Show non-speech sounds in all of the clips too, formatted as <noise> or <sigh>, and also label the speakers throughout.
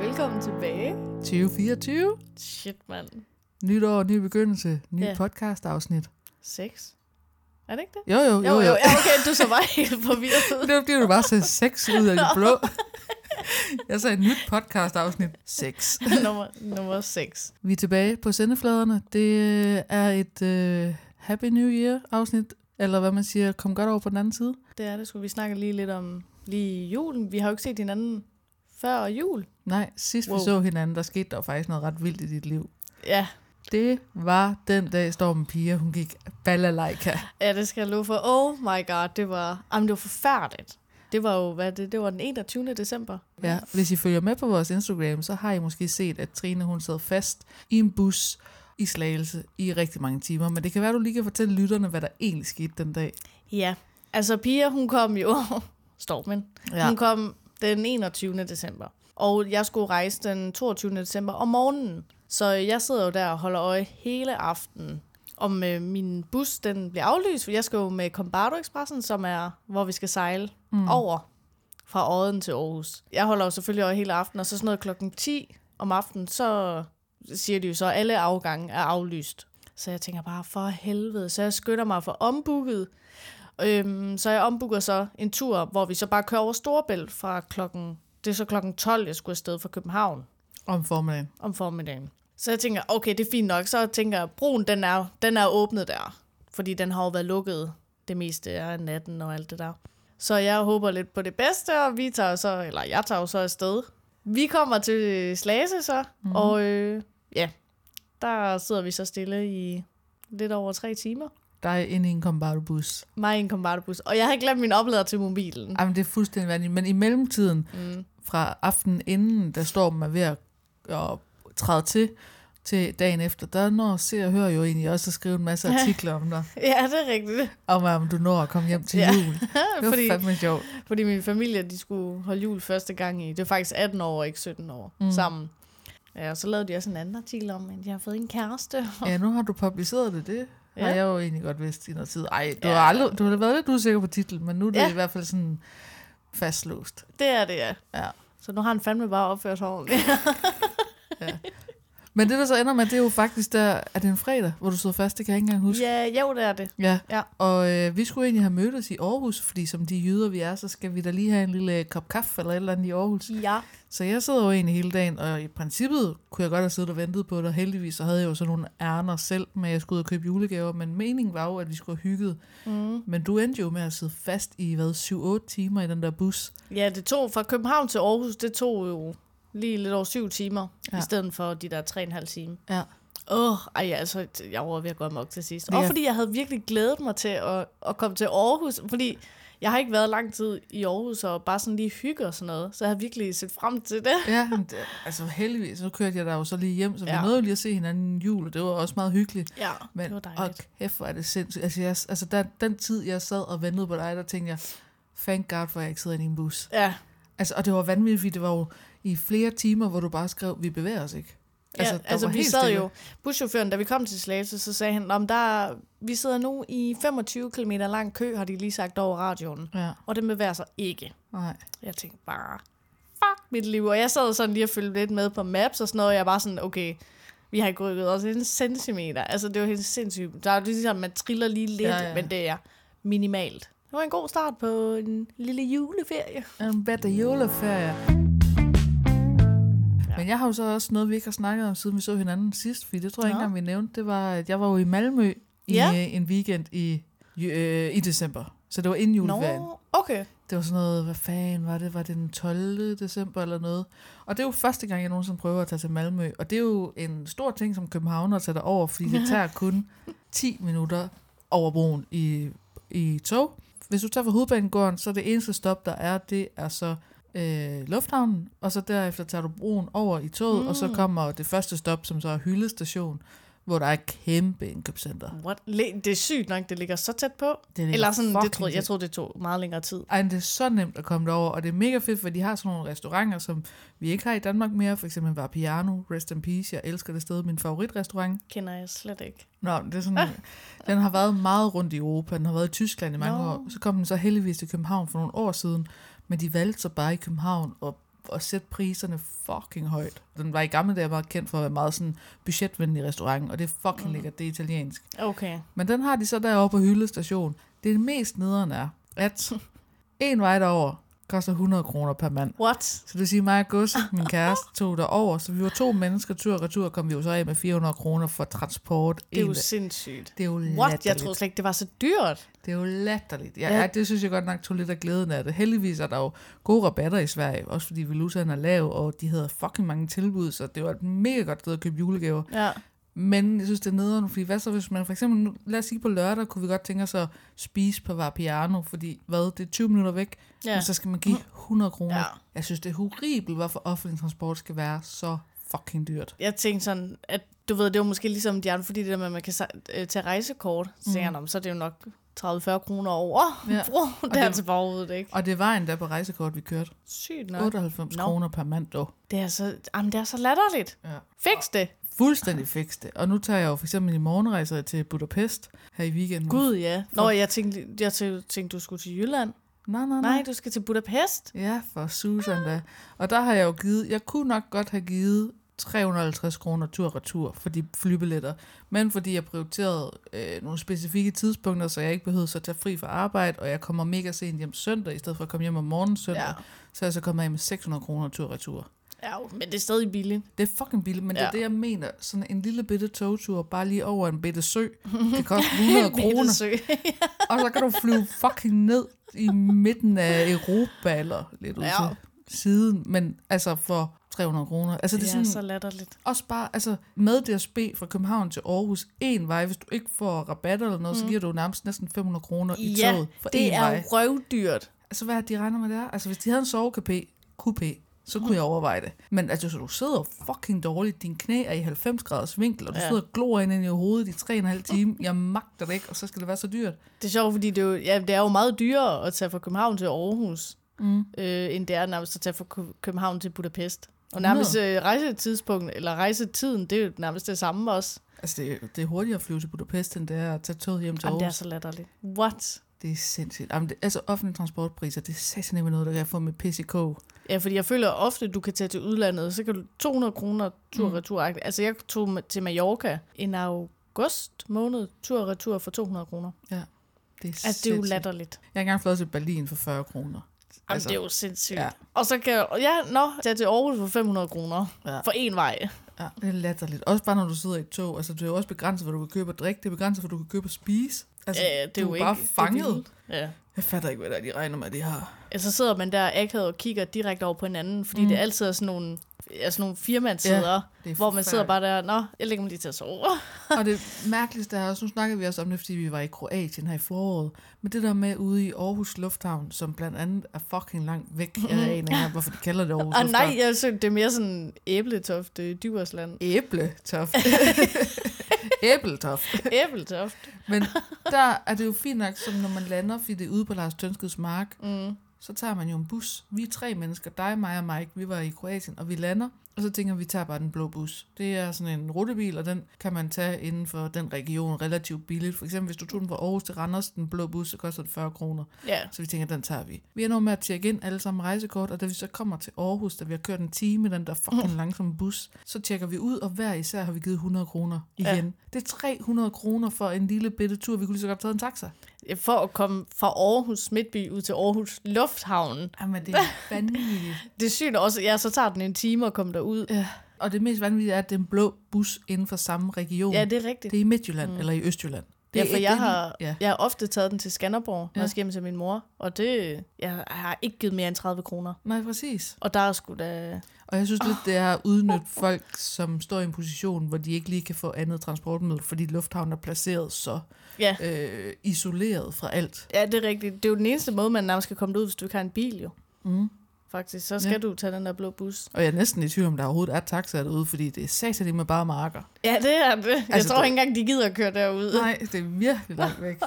Speaker 1: Velkommen tilbage.
Speaker 2: 2024.
Speaker 1: Shit, mand.
Speaker 2: Nyt år, ny begyndelse, ny
Speaker 1: Ja.
Speaker 2: yeah. podcast-afsnit.
Speaker 1: Sex. Er det ikke det?
Speaker 2: Jo, jo, jo, jo.
Speaker 1: Ja, okay, du så bare <laughs> helt forvirret. <laughs>
Speaker 2: Det bliver du bare så sex ud af det blå. Jeg sagde nyt podcast-afsnit 6.
Speaker 1: nummer, nummer 6.
Speaker 2: Vi er tilbage på sendefladerne. Det øh, er et øh, Happy New Year-afsnit, eller hvad man siger, kom godt over på den anden side.
Speaker 1: Det er det, skulle vi snakke lige lidt om lige i julen. Vi har jo ikke set hinanden før jul.
Speaker 2: Nej, sidst wow.
Speaker 1: Wow.
Speaker 2: vi så hinanden, der skete der jo faktisk noget ret vildt i dit liv.
Speaker 1: Ja,
Speaker 2: Det var den dag, Stormen Pia, hun gik balalaika.
Speaker 1: ja det skal jeg love for. Oh my god, det var, jamen, det var forfærdeligt. Det var jo, hvad det, det var den 21. december.
Speaker 2: Ja, hvis I følger med på vores Instagram, så har I måske set, at Trine hun sad fast i en bus i Slagelse i rigtig mange timer. Men det kan være, at du lige kan fortælle lytterne, hvad der egentlig skete den dag.
Speaker 1: Ja, altså Pia, hun kom jo, <laughs> stormen, ja. hun kom den 21. december. Og jeg skulle rejse den 22. december om morgenen. Så jeg sidder jo der og holder øje hele aftenen, om øh, min bus den bliver aflyst. For jeg skal jo med Combardo Expressen, som er, hvor vi skal sejle mm. over fra Odden til Aarhus. Jeg holder jo selvfølgelig øje hele aftenen, og så sådan noget klokken 10 om aftenen, så siger de jo så, at alle afgange er aflyst. Så jeg tænker bare, for helvede. Så jeg skynder mig for ombooket. Øhm, så jeg ombooker så en tur, hvor vi så bare kører over Storebælt fra klokken... Det er så klokken 12, jeg skulle afsted fra København
Speaker 2: Om formiddagen.
Speaker 1: om formiddagen. Så jeg tænker, okay, det er fint nok. Så tænker jeg, broen, den er, den er åbnet der. Fordi den har jo været lukket det meste af natten og alt det der. Så jeg håber lidt på det bedste, og vi tager så, eller jeg tager jo så afsted. Vi kommer til Slagelse så, mm-hmm. og øh, ja, der sidder vi så stille i lidt over tre timer.
Speaker 2: Der er inde i en kombatobus.
Speaker 1: Mig i en kombardebus, og jeg har glemt min oplader til mobilen.
Speaker 2: Jamen, det er fuldstændig vanvittigt. Men i mellemtiden, mm. fra aftenen inden, da stormen er ved at, at træde til, til dagen efter, der når ser og hører jo egentlig også at skrive en <laughs> masse artikler om dig,
Speaker 1: <laughs> Ja, det er rigtigt.
Speaker 2: om om du når at komme hjem til
Speaker 1: Ja.
Speaker 2: jul. Det var
Speaker 1: Fordi-
Speaker 2: Fordi... fandme sjovt.
Speaker 1: Fordi min familie, de skulle holde jul første gang i, det var faktisk 18 år og ikke 17 år, mm. sammen. Ja, og så lavede de også en anden artikel om, at jeg har fået en kæreste.
Speaker 2: Ja, nu har du publiceret det, det har
Speaker 1: Ja.
Speaker 2: jeg jo egentlig godt vidst i noget tid. Ej, du,
Speaker 1: Ja.
Speaker 2: ja. har, aldrig, du har da været lidt usikker på titlen, men nu er det
Speaker 1: Ja.
Speaker 2: ja. i hvert fald sådan fastlåst.
Speaker 1: Det er det, ja.
Speaker 2: Ja.
Speaker 1: Så nu har han fandme bare opført sig
Speaker 2: <laughs>
Speaker 1: ordentligt.
Speaker 2: Men det, der så ender med, det er jo faktisk der, er det en fredag, hvor du sidder fast, det kan jeg ikke engang huske.
Speaker 1: ja, jo, det er det.
Speaker 2: Ja.
Speaker 1: Ja.
Speaker 2: Og øh, vi skulle egentlig have mødtes i Aarhus, fordi som de jyder, vi er, så skal vi da lige have en lille kop kaffe eller et eller andet i Aarhus.
Speaker 1: Ja.
Speaker 2: Så jeg sidder jo egentlig hele dagen, og i princippet kunne jeg godt have siddet og ventet på dig. Heldigvis så havde jeg jo sådan nogle ærner selv med, at jeg skulle ud og købe julegaver, men meningen var jo, at vi skulle have hygget. Mm. Men du endte jo med at sidde fast i, hvad, 7-8 timer i den der bus.
Speaker 1: Ja, det tog fra København til Aarhus, det tog jo lige lidt over syv timer, ja. i
Speaker 2: Ja.
Speaker 1: stedet for de der tre og en halv time.
Speaker 2: Ja.
Speaker 1: Åh, oh, ej, altså, jeg var ved at gå amok til sidst.
Speaker 2: Ja.
Speaker 1: Og fordi jeg havde virkelig glædet mig til at, at komme til Aarhus, fordi jeg har ikke været lang tid i Aarhus og bare sådan lige hygge og sådan noget, så jeg har virkelig set frem til det.
Speaker 2: Ja, men det, altså heldigvis, så kørte jeg der jo så lige hjem, så vi
Speaker 1: Ja.
Speaker 2: nåede jo lige at se hinanden i jul, og det var også meget hyggeligt.
Speaker 1: Ja,
Speaker 2: Men,
Speaker 1: det var
Speaker 2: og
Speaker 1: dejligt.
Speaker 2: kæft, hvor er det sindssygt. Altså, jeg, altså der, den tid, jeg sad og ventede på dig, der tænkte jeg, thank god for, at jeg ikke sidder inde i en bus.
Speaker 1: Ja,
Speaker 2: Altså, og det var vanvittigt, fordi det var jo i flere timer, hvor du bare skrev, vi bevæger os ikke.
Speaker 1: altså,
Speaker 2: der
Speaker 1: ja, altså
Speaker 2: var
Speaker 1: vi
Speaker 2: helt
Speaker 1: sad
Speaker 2: stille.
Speaker 1: jo, buschaufføren, da vi kom til Slagelse, så sagde han, om der, er- vi sidder nu i 25 km lang kø, har de lige sagt over radioen.
Speaker 2: Ja,
Speaker 1: Og det bevæger sig ikke.
Speaker 2: nej.
Speaker 1: Jeg tænkte bare, fuck mit liv. Og jeg sad sådan lige og følte lidt med på maps og sådan noget, og jeg var sådan, okay, vi har ikke rykket os en centimeter. Altså, det var helt sindssygt. Der er jo ligesom, man triller lige lidt, ja,
Speaker 2: Ja,
Speaker 1: ja.
Speaker 2: ja.
Speaker 1: men det er minimalt. Det var en god start på en lille juleferie.
Speaker 2: En bedre juleferie. Ja. Men jeg har jo så også noget, vi ikke har snakket om, siden vi så hinanden sidst, fordi det tror jeg ikke
Speaker 1: Nå.
Speaker 2: engang, vi nævnte. Det var, at jeg var jo i Malmø i
Speaker 1: Ja.
Speaker 2: ja. en weekend i, i, øh, i december. Så det var inden juleferien.
Speaker 1: Nå, okay.
Speaker 2: Det var sådan noget, hvad fanden var det? Var det den 12. december eller noget? Og det er jo første gang, jeg nogensinde prøver at tage til Malmø. Og det er jo en stor ting som københavner at tage over, fordi det tager kun 10 minutter over broen i, i tog. Hvis du tager fra hovedbanegården, så det eneste stop, der er, det er så øh, lufthavnen. Og så derefter tager du broen over i toget, mm. og så kommer det første stop, som så er Hylde station, hvor der er et kæmpe indkøbscenter.
Speaker 1: What? Le- Det er sygt nok, det ligger så tæt på.
Speaker 2: Det ligger
Speaker 1: Eller sådan, det
Speaker 2: fucking
Speaker 1: troede, jeg
Speaker 2: tæt.
Speaker 1: troede, det tog meget længere tid.
Speaker 2: Ej, men det er så nemt at komme derover, og det er mega fedt, for de har sådan nogle restauranter, som vi ikke har i Danmark mere. For eksempel var Piano, Rest in Peace, jeg elsker det sted, min favoritrestaurant.
Speaker 1: Kender jeg slet ikke.
Speaker 2: Nå, men det er sådan, den har været meget rundt i Europa, den har været i Tyskland i mange
Speaker 1: Nå.
Speaker 2: år. Så kom den så heldigvis til København for nogle år siden, men de valgte så bare i København at at sætte priserne fucking højt. Den var i gamle dage bare kendt for at være meget sådan budgetvenlig restaurant, og det er fucking mm. lækkert, det er italiensk.
Speaker 1: Okay.
Speaker 2: Men den har de så deroppe på hyldestation. Det mest nederen er,
Speaker 1: <laughs>
Speaker 2: at en vej derover koster 100 kroner per mand.
Speaker 1: What?
Speaker 2: Så det vil sige, mig og Gus, min kæreste, tog derover, så vi var to mennesker, tur og retur, kom vi jo så af med 400 kroner for transport.
Speaker 1: Det er jo
Speaker 2: En-
Speaker 1: sindssygt.
Speaker 2: det er jo
Speaker 1: What?
Speaker 2: latterligt.
Speaker 1: Jeg troede slet ikke, det var så dyrt.
Speaker 2: Det er jo latterligt. Ja,
Speaker 1: Ja.
Speaker 2: ja. ja, det synes jeg godt nok tog lidt af glæden af det. Heldigvis er der jo gode rabatter i Sverige, også fordi valutaen er lav, og de havde fucking mange tilbud, så det var et mega godt sted at købe julegaver.
Speaker 1: Ja.
Speaker 2: Men jeg synes, det er nederen, fordi hvad så hvis man for eksempel, nu- lad os sige på lørdag, kunne vi godt tænke os at spise på Vapiano, fordi hvad, det er 20 minutter væk,
Speaker 1: Ja.
Speaker 2: ja. men så skal man give 100 kroner.
Speaker 1: Ja.
Speaker 2: Ja. Jeg synes, det er horribelt, hvorfor offentlig transport skal være så fucking dyrt.
Speaker 1: Jeg tænkte sådan, at du ved, det var måske ligesom de andre, fordi det der med, at man kan sa- øh, tage rejsekort, så mm. om, så er det jo nok 30-40 <laughs> kroner over. Ja.
Speaker 2: Ja.
Speaker 1: Bro, det er
Speaker 2: det-
Speaker 1: altså bare overhovedet ikke.
Speaker 2: Og det var endda på rejsekort, vi kørte.
Speaker 1: Sygt nok.
Speaker 2: 98
Speaker 1: Nå.
Speaker 2: kroner per mand, dog.
Speaker 1: Det er så, jamen, det er så latterligt.
Speaker 2: Ja. Mm.
Speaker 1: Fix det.
Speaker 2: fuldstændig fikst det. Og nu tager jeg jo for eksempel i morgenrejser til Budapest her i weekenden.
Speaker 1: Gud, ja. Nå, jeg tænkte, jeg tæ- tænkte, du skulle til Jylland.
Speaker 2: Nej, nej, nej.
Speaker 1: Nej, du skal til Budapest.
Speaker 2: Ja, for Susan da. Og der har jeg jo givet, jeg kunne nok godt have givet 350 kroner tur og retur for de flybilletter. Men fordi jeg prioriterede øh, nogle specifikke tidspunkter, så jeg ikke behøvede så at tage fri fra arbejde, og jeg kommer mega sent hjem søndag, i stedet for at komme hjem om morgenen søndag,
Speaker 1: Ja.
Speaker 2: ja. så er jeg så kommet af med 600 kroner tur og retur.
Speaker 1: Ja, jo, men det er stadig billigt.
Speaker 2: Det er fucking billigt, men ja. det
Speaker 1: Ja.
Speaker 2: er det, jeg mener. Sådan en lille bitte togtur, bare lige over en bitte sø, kan koste
Speaker 1: <laughs>
Speaker 2: 100 kroner.
Speaker 1: Billesø.
Speaker 2: Og så kan du flyve fucking ned i midten af Europa, eller lidt ud
Speaker 1: Ja.
Speaker 2: til siden, men altså for 300 kroner. Altså det er
Speaker 1: det er
Speaker 2: sådan,
Speaker 1: så latterligt.
Speaker 2: også bare, altså med DSB fra København til Aarhus, en vej, hvis du ikke får rabat eller noget, mm. så giver du nærmest næsten 500 kroner i
Speaker 1: Ja,
Speaker 2: toget for
Speaker 1: det
Speaker 2: en
Speaker 1: er
Speaker 2: vej.
Speaker 1: røvdyrt.
Speaker 2: Altså hvad er det, de regner med det er? Altså hvis de havde en sovekapé, coupé, så kunne jeg overveje det. Men altså, så du sidder fucking dårligt, din knæ er i 90 graders vinkel, og du
Speaker 1: Ja.
Speaker 2: ja. sidder og glor ind i hovedet i 3,5 time. Jeg magter det ikke, og så skal det være så dyrt.
Speaker 1: Det er sjovt, fordi det er, jo, ja, det er jo meget dyrere at tage fra København til Aarhus, mm. øh, end det er nærmest at tage fra Kø- København til Budapest. Og nærmest øh, rejsetidspunkt, eller rejsetiden, det er jo nærmest det samme også.
Speaker 2: Altså, det, er- det er hurtigere at flyve til Budapest, end det er at tage toget hjem til
Speaker 1: Jamen,
Speaker 2: Aarhus.
Speaker 1: det er så latterligt. What?
Speaker 2: det er sindssygt. Jamen, det, altså, offentlige transportpriser, det er satan ikke noget, der kan få med pis i kog.
Speaker 1: Ja, fordi jeg føler ofte, du kan tage til udlandet, så kan du 200 kroner tur og retur. Altså, jeg tog ma- til Mallorca i august måned tur og retur for 200 kroner.
Speaker 2: Ja, det
Speaker 1: Altså, det
Speaker 2: er
Speaker 1: er jo
Speaker 2: sindssygt.
Speaker 1: latterligt.
Speaker 2: Jeg har engang fløjet til Berlin for 40 kroner.
Speaker 1: Jamen, altså,
Speaker 2: Altså,
Speaker 1: det er jo sindssygt. Ja.
Speaker 2: ja.
Speaker 1: Og så kan jeg, ja, nå, tage til Aarhus for 500 kroner ja.
Speaker 2: Ja.
Speaker 1: for en vej.
Speaker 2: Ja, det er latterligt. Også bare, når du sidder i et tog. Altså, det er jo også begrænset, hvad du kan købe og drikke. Det er begrænset, hvad du kan købe og spise. Altså,
Speaker 1: Ja, Øh, det er
Speaker 2: du
Speaker 1: jo
Speaker 2: er bare
Speaker 1: ikke- det er
Speaker 2: fanget.
Speaker 1: vildt. Ja.
Speaker 2: Jeg fatter ikke, hvad der de regner med, de har.
Speaker 1: Ja, så sidder man der akavet og kigger direkte over på hinanden, fordi mm. det altid er sådan nogle, er sådan nogle firmandssæder,
Speaker 2: det
Speaker 1: ja,
Speaker 2: er
Speaker 1: hvor man sidder
Speaker 2: forfærdeligt.
Speaker 1: bare der, nå, jeg lægger mig lige til at sove.
Speaker 2: og det mærkeligste er også, nu snakkede vi også om det, fordi vi var i Kroatien her i foråret, men det der med ude i Aarhus Lufthavn, som blandt andet er fucking langt væk. Jeg aner ikke, engang, hvorfor de kalder det Aarhus
Speaker 1: Og
Speaker 2: Lufthavn.
Speaker 1: nej, jeg synes, det er mere sådan æbletoft, øh, <laughs> Djursland.
Speaker 2: Æbletoft. Æbletoft.
Speaker 1: Æbletoft.
Speaker 2: Men der er det jo fint nok, som når man lander, fordi det er ude på Lars Tønskeds mark,
Speaker 1: Mm.
Speaker 2: så tager man jo en bus. Vi er tre mennesker, dig, mig og Mike, vi var i Kroatien, og vi lander, og så tænker vi, vi tager bare den blå bus. Det er sådan en rutebil, og den kan man tage inden for den region relativt billigt. For eksempel, hvis du tog den fra Aarhus til Randers, den blå bus, så koster den 40 kroner.
Speaker 1: Ja,
Speaker 2: Så vi tænker, den tager vi. Vi ender med at tjekke ind alle sammen rejsekort, og da vi så kommer til Aarhus, da vi har kørt en time i den der
Speaker 1: <laughs>
Speaker 2: fucking langsomme bus, så tjekker vi ud, og hver især har vi givet 100 kroner igen. Ja. Det er 300 kroner for en lille bitte tur. Vi kunne lige så godt have taget en taxa.
Speaker 1: for at komme fra Aarhus Midtby ud til Aarhus Lufthavn.
Speaker 2: Jamen, det er <laughs> vanvittigt.
Speaker 1: Det er sygt også, ja, så tager den en time at komme derud.
Speaker 2: Ja. Og det mest vanvittige er, at det er en blå bus inden for samme region.
Speaker 1: Ja, det er rigtigt.
Speaker 2: det er i Midtjylland mm. eller i Østjylland. Det
Speaker 1: Ja,
Speaker 2: er
Speaker 1: for
Speaker 2: ikke-
Speaker 1: jeg
Speaker 2: det er en-
Speaker 1: har, ja.
Speaker 2: Ja.
Speaker 1: jeg har ofte taget den til Skanderborg, når jeg
Speaker 2: Ja.
Speaker 1: skal hjem til min mor, og det, jeg har ikke givet mere end 30 kroner.
Speaker 2: Nej, præcis.
Speaker 1: Og der er sgu da...
Speaker 2: Og jeg synes lidt, det er at udnytte folk, som står i en position, hvor de ikke lige kan få andet transportmiddel, fordi lufthavnen er placeret så
Speaker 1: Ja.
Speaker 2: øh, isoleret fra alt.
Speaker 1: ja, det er rigtigt. Det er jo den eneste måde, man nærmest kan komme ud, hvis du ikke har en bil, jo. Mm. Faktisk, så skal ja.
Speaker 2: Ja.
Speaker 1: du tage den der blå bus.
Speaker 2: Og jeg er næsten i tvivl, om der overhovedet er taxaer derude, fordi det er satan med bare marker.
Speaker 1: Ja, det er det. Jeg altså,
Speaker 2: Altså,
Speaker 1: tror
Speaker 2: det-
Speaker 1: ikke engang, de gider at køre derud.
Speaker 2: Nej, det er virkelig langt væk.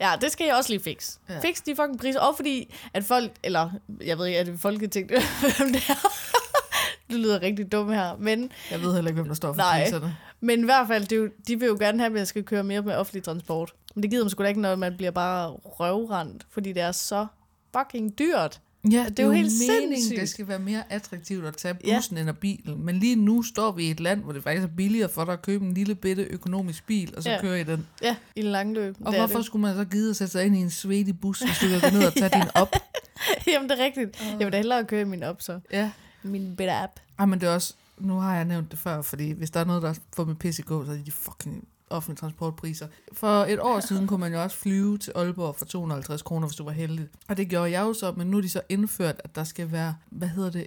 Speaker 1: Ja, det skal jeg også lige fikse. Ja.
Speaker 2: Ja.
Speaker 1: Fix de fucking priser. Og fordi, at folk... Eller, jeg ved ikke, er det Folketinget, <laughs> hvem det er? det lyder rigtig dumt her. Men,
Speaker 2: Jeg ved heller ikke, hvem der står for
Speaker 1: Nej.
Speaker 2: priserne.
Speaker 1: men i hvert fald, det er jo, de vil jo gerne have, at jeg skal køre mere med offentlig transport. Men det gider man sgu da ikke, når man bliver bare røvrendt. Fordi det er så fucking dyrt.
Speaker 2: Ja,
Speaker 1: det er jo helt sindssygt.
Speaker 2: Det skal være mere attraktivt at tage
Speaker 1: Ja.
Speaker 2: bussen ja. end af bilen. Men lige nu står vi i et land, hvor det faktisk er billigere for dig at købe en lille bitte økonomisk bil, og så
Speaker 1: Ja.
Speaker 2: ja. køre i den.
Speaker 1: Ja, i det lange løb.
Speaker 2: Og
Speaker 1: det er
Speaker 2: hvorfor skulle man så gide at sætte sig ind i en svedig bus, hvis du kan gå ned og
Speaker 1: <laughs>
Speaker 2: tage din op?
Speaker 1: det. <laughs> Jamen, det er rigtigt. Jeg vil da hellere køre i min op, så.
Speaker 2: Ja.
Speaker 1: Min bitte app.
Speaker 2: Ej, men det er også... Nu har jeg nævnt det før, fordi hvis der er noget, der får mit pisse gå, så er det de fucking offentlige transportpriser. For et år siden kunne man jo også flyve til Aalborg for 250 kroner, hvis du var heldig. Og det gjorde jeg jo så, men nu er de så indført, at der skal være, hvad hedder det,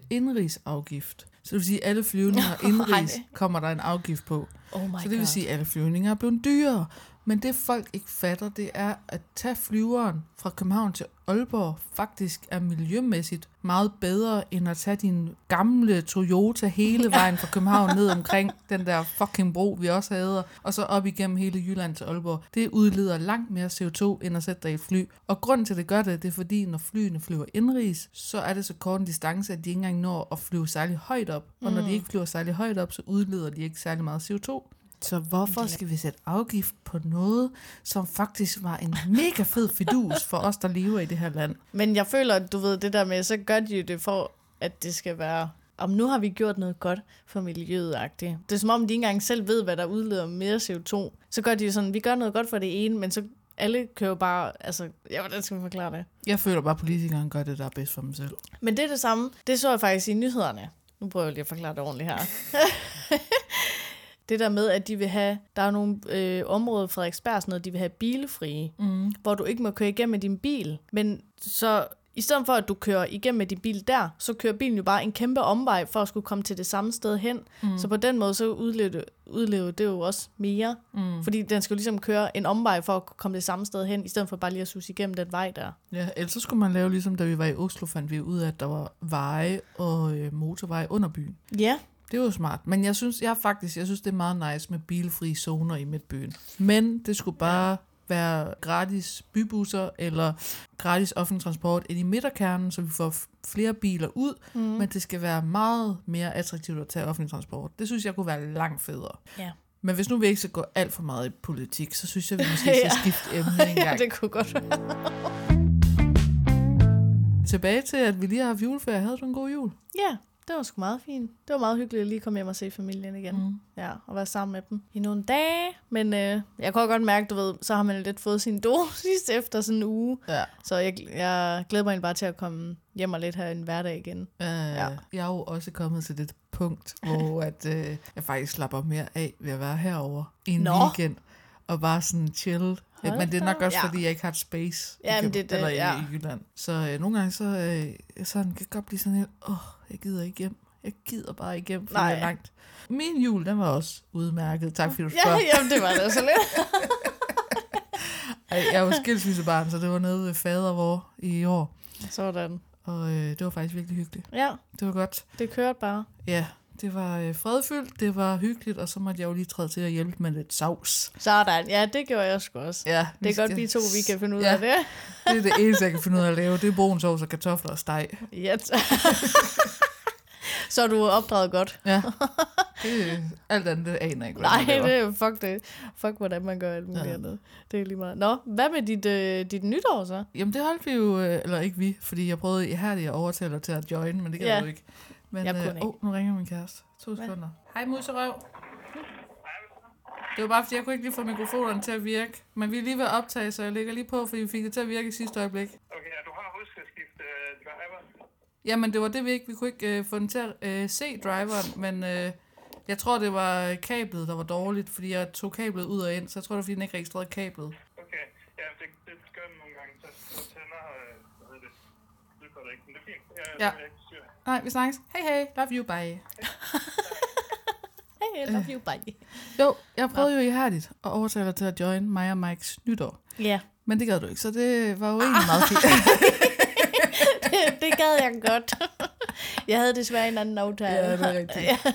Speaker 2: indrigsafgift. Så det vil sige, at alle flyvninger indrigs
Speaker 1: Nej.
Speaker 2: kommer der en afgift på.
Speaker 1: Oh my
Speaker 2: Så det vil sige, at alle flyvninger er blevet dyrere. Men det folk ikke fatter, det er, at tage flyveren fra København til Aalborg faktisk er miljømæssigt meget bedre, end at tage din gamle Toyota hele vejen fra København ned omkring den der fucking bro, vi også havde, og så op igennem hele Jylland til Aalborg. Det udleder langt mere CO2, end at sætte dig i et fly. Og grunden til, at det gør det, det er fordi, når flyene flyver indrigs, så er det så kort en distance, at de ikke engang når at flyve særlig højt op. Og når de ikke flyver særlig højt op, så udleder de ikke særlig meget CO2. Så hvorfor skal vi sætte afgift på noget, som faktisk var en mega fed fidus for os, der lever i det her land?
Speaker 1: Men jeg føler, at du ved det der med, så gør de jo det for, at det skal være, om nu har vi gjort noget godt for miljøet -agtigt. Det er som om, de ikke engang selv ved, hvad der udleder mere CO2. Så gør de jo sådan, vi gør noget godt for det ene, men så alle kører bare, altså, ja, hvordan skal man forklare det?
Speaker 2: Jeg føler bare, at politikerne gør det, der er bedst for dem selv.
Speaker 1: Men det er det samme. Det så jeg faktisk i nyhederne. Nu prøver jeg lige at forklare det ordentligt <laughs> her. det der med, at de vil have, der er nogle øh, områder fra Frederiksberg, sådan noget, de vil have bilfrie, mm. hvor du ikke må køre igennem med din bil. Men så i stedet for, at du kører igennem med din bil der, så kører bilen jo bare en kæmpe omvej for at skulle komme til det samme sted hen. Mm. Så på den måde, så udlever, udlever det jo også mere. Mm. Fordi den skal jo ligesom køre en omvej for at komme det samme sted hen, i stedet for bare lige at susse igennem den vej der.
Speaker 2: Ja, ellers så skulle man lave ligesom, da vi var i Oslo, fandt vi ud af, at der var veje og øh, motorveje under byen.
Speaker 1: Ja,
Speaker 2: Det var jo smart. Men jeg synes, jeg faktisk, jeg synes, det er meget nice med bilfri zoner i midtbyen. Men det skulle bare være gratis bybusser eller gratis offentlig transport ind i midterkernen, så vi får f- flere biler ud, mm. men det skal være meget mere attraktivt at tage offentlig transport. Det synes jeg kunne være langt federe.
Speaker 1: ja.
Speaker 2: Men hvis nu vi ikke skal gå alt for meget i politik, så synes
Speaker 1: <laughs>
Speaker 2: jeg, vi måske
Speaker 1: Ja.
Speaker 2: skal skifte emne
Speaker 1: <laughs>
Speaker 2: en
Speaker 1: ja
Speaker 2: gang.
Speaker 1: det kunne godt være.
Speaker 2: Tilbage til, at vi lige har haft juleferie. Havde du en god jul?
Speaker 1: Ja, det var sgu meget fint. Det var meget hyggeligt at lige komme hjem og se familien igen. Mm. Ja, og være sammen med dem i nogle dage. Men øh, jeg kunne godt mærke, du ved, så har man jo lidt fået sin dosis <laughs> efter sådan en uge.
Speaker 2: Ja.
Speaker 1: Så jeg, jeg glæder mig egentlig bare til at komme hjem og lidt have en hverdag igen.
Speaker 2: Øh,
Speaker 1: Ja.
Speaker 2: ja. Jeg er jo også kommet til det
Speaker 1: <laughs>
Speaker 2: punkt, hvor at, øh, jeg faktisk slapper mere af ved at være herover i en
Speaker 1: Nå.
Speaker 2: weekend. Og bare sådan chill.
Speaker 1: Hold
Speaker 2: Hold Men det er nok
Speaker 1: da.
Speaker 2: også,
Speaker 1: Ja.
Speaker 2: ja. fordi jeg ikke har et space
Speaker 1: Ja,
Speaker 2: i,
Speaker 1: men
Speaker 2: Køben-
Speaker 1: det er det,
Speaker 2: eller i,
Speaker 1: ja.
Speaker 2: i Jylland. Så øh, nogle gange så, øh, jeg sådan, kan jeg godt blive sådan helt, åh, oh, jeg gider ikke hjem. Jeg gider bare ikke hjem, fordi
Speaker 1: Nej.
Speaker 2: det er langt. Min jul, den var også udmærket. Tak fordi du
Speaker 1: Ja,
Speaker 2: spørger.
Speaker 1: <laughs> jamen, det var det så lidt.
Speaker 2: Ej, Jeg var skilsmissebarn, så det var nede ved fadervor i år.
Speaker 1: <laughs> Sådan.
Speaker 2: Og øh, det var faktisk virkelig hyggeligt.
Speaker 1: Ja,
Speaker 2: Det var godt.
Speaker 1: det kørte bare.
Speaker 2: Ja, det var øh, fredfyldt, det var hyggeligt, og så måtte jeg jo lige træde til at hjælpe med lidt sovs.
Speaker 1: Sådan. Ja, det gjorde jeg sgu også.
Speaker 2: Ja,
Speaker 1: Det er godt, vi to vi kan finde ud
Speaker 2: Ja.
Speaker 1: af det. <laughs>
Speaker 2: Det er det eneste, jeg kan finde ud af at lave. Det er brun sovs og kartofler og steg.
Speaker 1: Ja. <laughs> så er du opdraget godt.
Speaker 2: Ja. Det, øh, alt andet det aner jeg ikke,
Speaker 1: Nej,
Speaker 2: hvordan man laver.
Speaker 1: det er fuck det. Fuck, hvordan man gør alt muligt ja.
Speaker 2: Ja.
Speaker 1: andet. Det er lige meget. Nå, hvad med dit, øh, dit nytår så?
Speaker 2: Jamen, det holdt vi jo, øh, eller ikke vi, fordi jeg prøvede ihærdigt at overtale dig til at join, men det kan
Speaker 1: Ja.
Speaker 2: ja. du ikke. Men,
Speaker 1: Jeg kunne
Speaker 2: øh,
Speaker 1: ikke.
Speaker 2: Oh, nu ringer min kæreste. To sekunder. Hej, muserøv. Det var bare, fordi jeg kunne ikke lige få mikrofonen til at virke. Men vi er lige ved at optage, så jeg lægger lige på, fordi vi fik det til at virke i sidste øjeblik.
Speaker 3: Okay, og du har husket at skifte øh, driver?
Speaker 2: Jamen, det var det, vi ikke... Vi kunne ikke øh, få den til at øh, se driveren, men øh, jeg tror, det var kablet, der var dårligt, fordi jeg tog kablet ud og ind, så jeg tror, det var, fordi den ikke registrerede kablet.
Speaker 3: Okay, ja, det, det gør den nogle gange, så så tænder, øh, hvad hedder det, det går det ikke, men det er fint. Jeg,
Speaker 2: Ja.
Speaker 3: Jeg, er ikke syg.
Speaker 2: Nej, vi snakkes. Hej, hej. Love you, bye.
Speaker 1: Hey, I love you, bye.
Speaker 2: Jo, jeg prøvede jo ihærdigt at overtale dig til at join mig og Mikes nytår.
Speaker 1: Ja, <laughs>
Speaker 2: Men det gad du ikke, så det var jo egentlig meget <laughs> fint.
Speaker 1: det gad jeg godt. jeg havde desværre en anden aftale. <laughs>
Speaker 2: ja, det var rigtigt.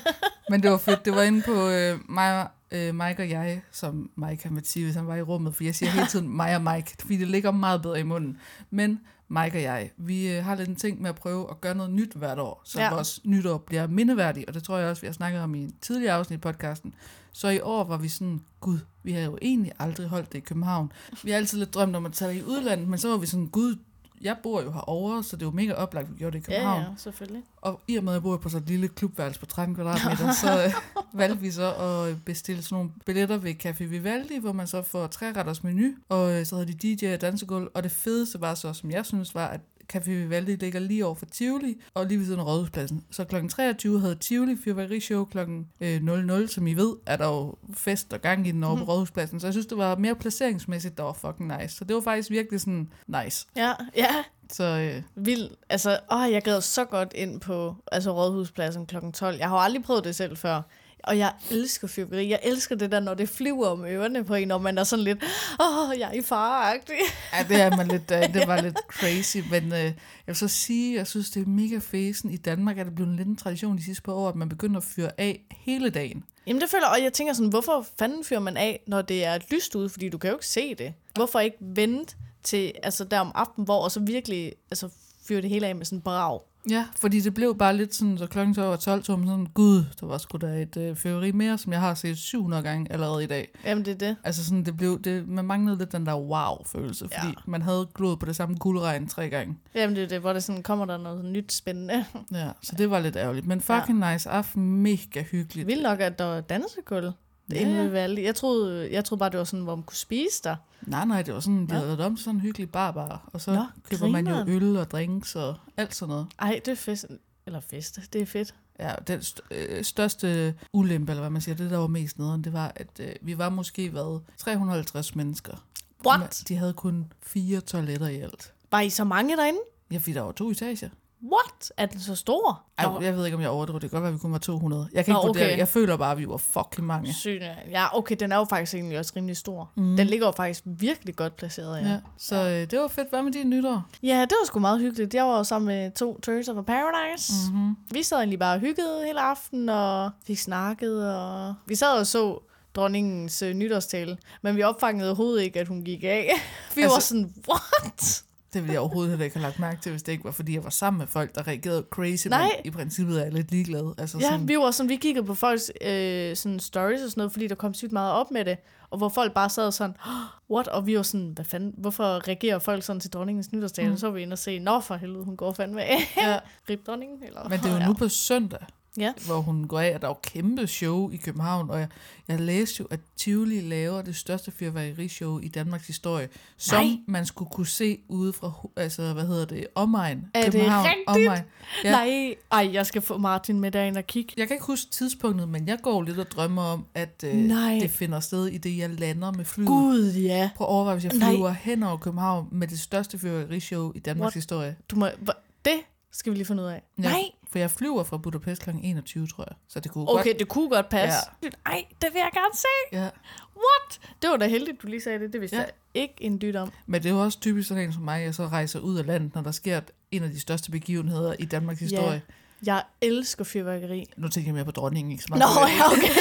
Speaker 2: Men det var fedt. Det var inde på øh, mig, øh, Mike og jeg, som Mike han ville sige, hvis han var i rummet. For jeg siger hele tiden mig og Mike, fordi det ligger meget bedre i munden. Men Mike og jeg, vi øh, har lidt en ting med at prøve at gøre noget nyt hvert år, så
Speaker 1: Ja.
Speaker 2: ja. vores nytår bliver mindeværdigt, og det tror jeg også, vi har snakket om i en tidligere afsnit i podcasten. Så i år var vi sådan, gud, vi har jo egentlig aldrig holdt det i København. Vi har altid lidt drømt om at tage det i udlandet, men så var vi sådan, gud, jeg bor jo herovre, så det er jo mega oplagt, at vi gjorde det i
Speaker 1: Ja,
Speaker 2: København.
Speaker 1: ja, selvfølgelig.
Speaker 2: Og i og med, at jeg bor på sådan et lille klubværelse på 13 kvadratmeter, så øh, valgte vi så at bestille sådan nogle billetter ved Café Vivaldi, hvor man så får treretters menu, og øh, så havde de DJ og dansegulv. Og det fedeste var så, som jeg synes, var, at Café Vivaldi ligger lige over for Tivoli, og lige ved siden af Rådhuspladsen. Så kl. 23 havde Tivoli fyrværkerishow kl. øh, 00, som I ved, er der jo fest og gang i den over på Rådhuspladsen. Så jeg synes, det var mere placeringsmæssigt, der var fucking nice. Så det var faktisk virkelig sådan nice.
Speaker 1: Ja, ja.
Speaker 2: Så øh,
Speaker 1: Vildt. Altså, åh, jeg gad så godt ind på altså, Rådhuspladsen kl. 12. Jeg har jo aldrig prøvet det selv før. Og jeg elsker fyrværkeri. Jeg elsker det der, når det flyver om ørerne på en, og man er sådan lidt, åh, jeg er i fareagtig.
Speaker 2: Ja, det er man lidt, øh, det var lidt crazy, men øh, jeg vil så sige, jeg synes, det er mega fæsen. I Danmark er det blevet en lidt en tradition de sidste par år, at man begynder at fyre af hele dagen.
Speaker 1: Jamen det føler jeg, og jeg tænker sådan, hvorfor fanden fyrer man af, når det er lyst ude, fordi du kan jo ikke se det. Hvorfor ikke vente til altså der om aftenen, hvor og så virkelig altså, fyre det hele af med sådan en brag?
Speaker 2: Ja, fordi det blev bare lidt sådan, så klokken så var 12, så var man sådan, gud, der var sgu da et øh, fyrværkeri mere, som jeg har set 700 gange allerede i dag.
Speaker 1: Jamen det er det.
Speaker 2: Altså sådan, det blev, det, man manglede lidt den der wow-følelse, fordi
Speaker 1: Ja.
Speaker 2: ja. man havde glået på det samme guldregn tre gange.
Speaker 1: Jamen det er det, hvor det sådan, kommer der noget nyt spændende.
Speaker 2: Ja, så det var lidt ærgerligt, men fucking ja. nice aften, mega hyggeligt.
Speaker 1: Vildt nok, at der var dansegulv.
Speaker 2: Ja,
Speaker 1: Ja,
Speaker 2: ja.
Speaker 1: ja. Jeg, troede, jeg troede bare, det var sådan, hvor man kunne spise der.
Speaker 2: Nej, nej, det var sådan, de havde lavet om til sådan en hyggelig barbar, og så
Speaker 1: Nå,
Speaker 2: Nå, køber man jo
Speaker 1: grineren.
Speaker 2: øl og drinks og alt sådan noget.
Speaker 1: Ej, det er fest. Eller fest, det er fedt.
Speaker 2: Ja, den st- øh, største ulempe, eller hvad man siger, det der var mest nederen, det var, at øh, vi var måske været 350 mennesker. Men
Speaker 1: What?
Speaker 2: De havde kun fire toiletter i alt.
Speaker 1: Var I så mange derinde?
Speaker 2: Ja, fordi der var to etager.
Speaker 1: What? Er den så stor?
Speaker 2: Ej,
Speaker 1: Nå,
Speaker 2: jeg ved ikke, om jeg overdriver. Det kan godt være, at vi kun var 200. Jeg kan
Speaker 1: Nå,
Speaker 2: ikke vurdere.
Speaker 1: okay.
Speaker 2: det. Jeg føler bare, at vi var fucking mange.
Speaker 1: Syne. Ja, okay, den er jo faktisk egentlig også rimelig stor. Mm. Den ligger jo faktisk virkelig godt placeret, ja.
Speaker 2: Ja, så øh, det var fedt. Hvad med dine nytår?
Speaker 1: Ja, det var sgu meget hyggeligt. Jeg var jo sammen med to tøser fra Paradise.
Speaker 2: Mhm.
Speaker 1: Mm-hmm. Vi sad egentlig bare og hyggede hele aftenen, og fik snakket, og... Vi sad og så dronningens øh, nytårstale, men vi opfangede overhovedet ikke, at hun gik af. <laughs> Vi altså... var
Speaker 2: Altså-
Speaker 1: sådan, what?
Speaker 2: Det ville jeg overhovedet heller ikke have lagt mærke til, hvis det ikke var, fordi jeg var sammen med folk, der reagerede crazy.
Speaker 1: Nej.
Speaker 2: Men i princippet er jeg lidt ligeglad. Altså,
Speaker 1: Ja,
Speaker 2: sådan,
Speaker 1: vi var sådan, vi kiggede på folks øh, sådan stories og sådan noget, fordi der kom sygt meget op med det, og hvor folk bare sad sådan, "Åh, what? Og vi var sådan, hvad fanden, hvorfor reagerer folk sådan til dronningens nytårsdag? Mm. Så var vi inde og se, nå for helvede, hun går fandme af. <laughs> Ja. Rip dronningen, eller?
Speaker 2: Men det er jo
Speaker 1: ja.
Speaker 2: nu på søndag,
Speaker 1: Ja.
Speaker 2: hvor hun går af, og der er jo kæmpe show i København, og jeg, jeg læste jo, at Tivoli laver det største fyrværkerishow i Danmarks historie, som
Speaker 1: Nej.
Speaker 2: Nej. man skulle kunne se ude fra, hu- altså, hvad hedder det, omegn.
Speaker 1: Er det rigtigt?
Speaker 2: Omegn.
Speaker 1: Ja.
Speaker 2: Ja.
Speaker 1: Nej, ej, jeg skal få Martin med derind og kigge.
Speaker 2: Jeg kan ikke huske tidspunktet, men jeg går lidt og drømmer om, at øh,
Speaker 1: Nej.
Speaker 2: det finder sted i det, jeg lander med flyet.
Speaker 1: Gud, ja.
Speaker 2: Prøv at overveje, hvis jeg
Speaker 1: Nej.
Speaker 2: flyver hen over København med det største fyrværkerishow i Danmarks
Speaker 1: What?
Speaker 2: What? historie.
Speaker 1: Du må, hva- det skal vi lige finde ud af.
Speaker 2: Ja,
Speaker 1: Nej,
Speaker 2: For jeg flyver fra Budapest kl. 21, tror jeg. Så det kunne
Speaker 1: okay, det kunne godt passe. Ja.
Speaker 2: Ja.
Speaker 1: Ej, det vil jeg gerne se.
Speaker 2: godt... Ja.
Speaker 1: What? Det var da heldigt, du lige sagde det. Det vidste ja.
Speaker 2: Ja.
Speaker 1: jeg ikke en dyt om.
Speaker 2: Men det er jo også typisk sådan en som mig, jeg så rejser ud af landet, når der sker en af de største begivenheder i Danmarks historie.
Speaker 1: Jeg elsker fyrværkeri.
Speaker 2: Nu tænker jeg mere på dronningen, ikke så meget.
Speaker 1: Nå,
Speaker 2: på det.
Speaker 1: ja, okay.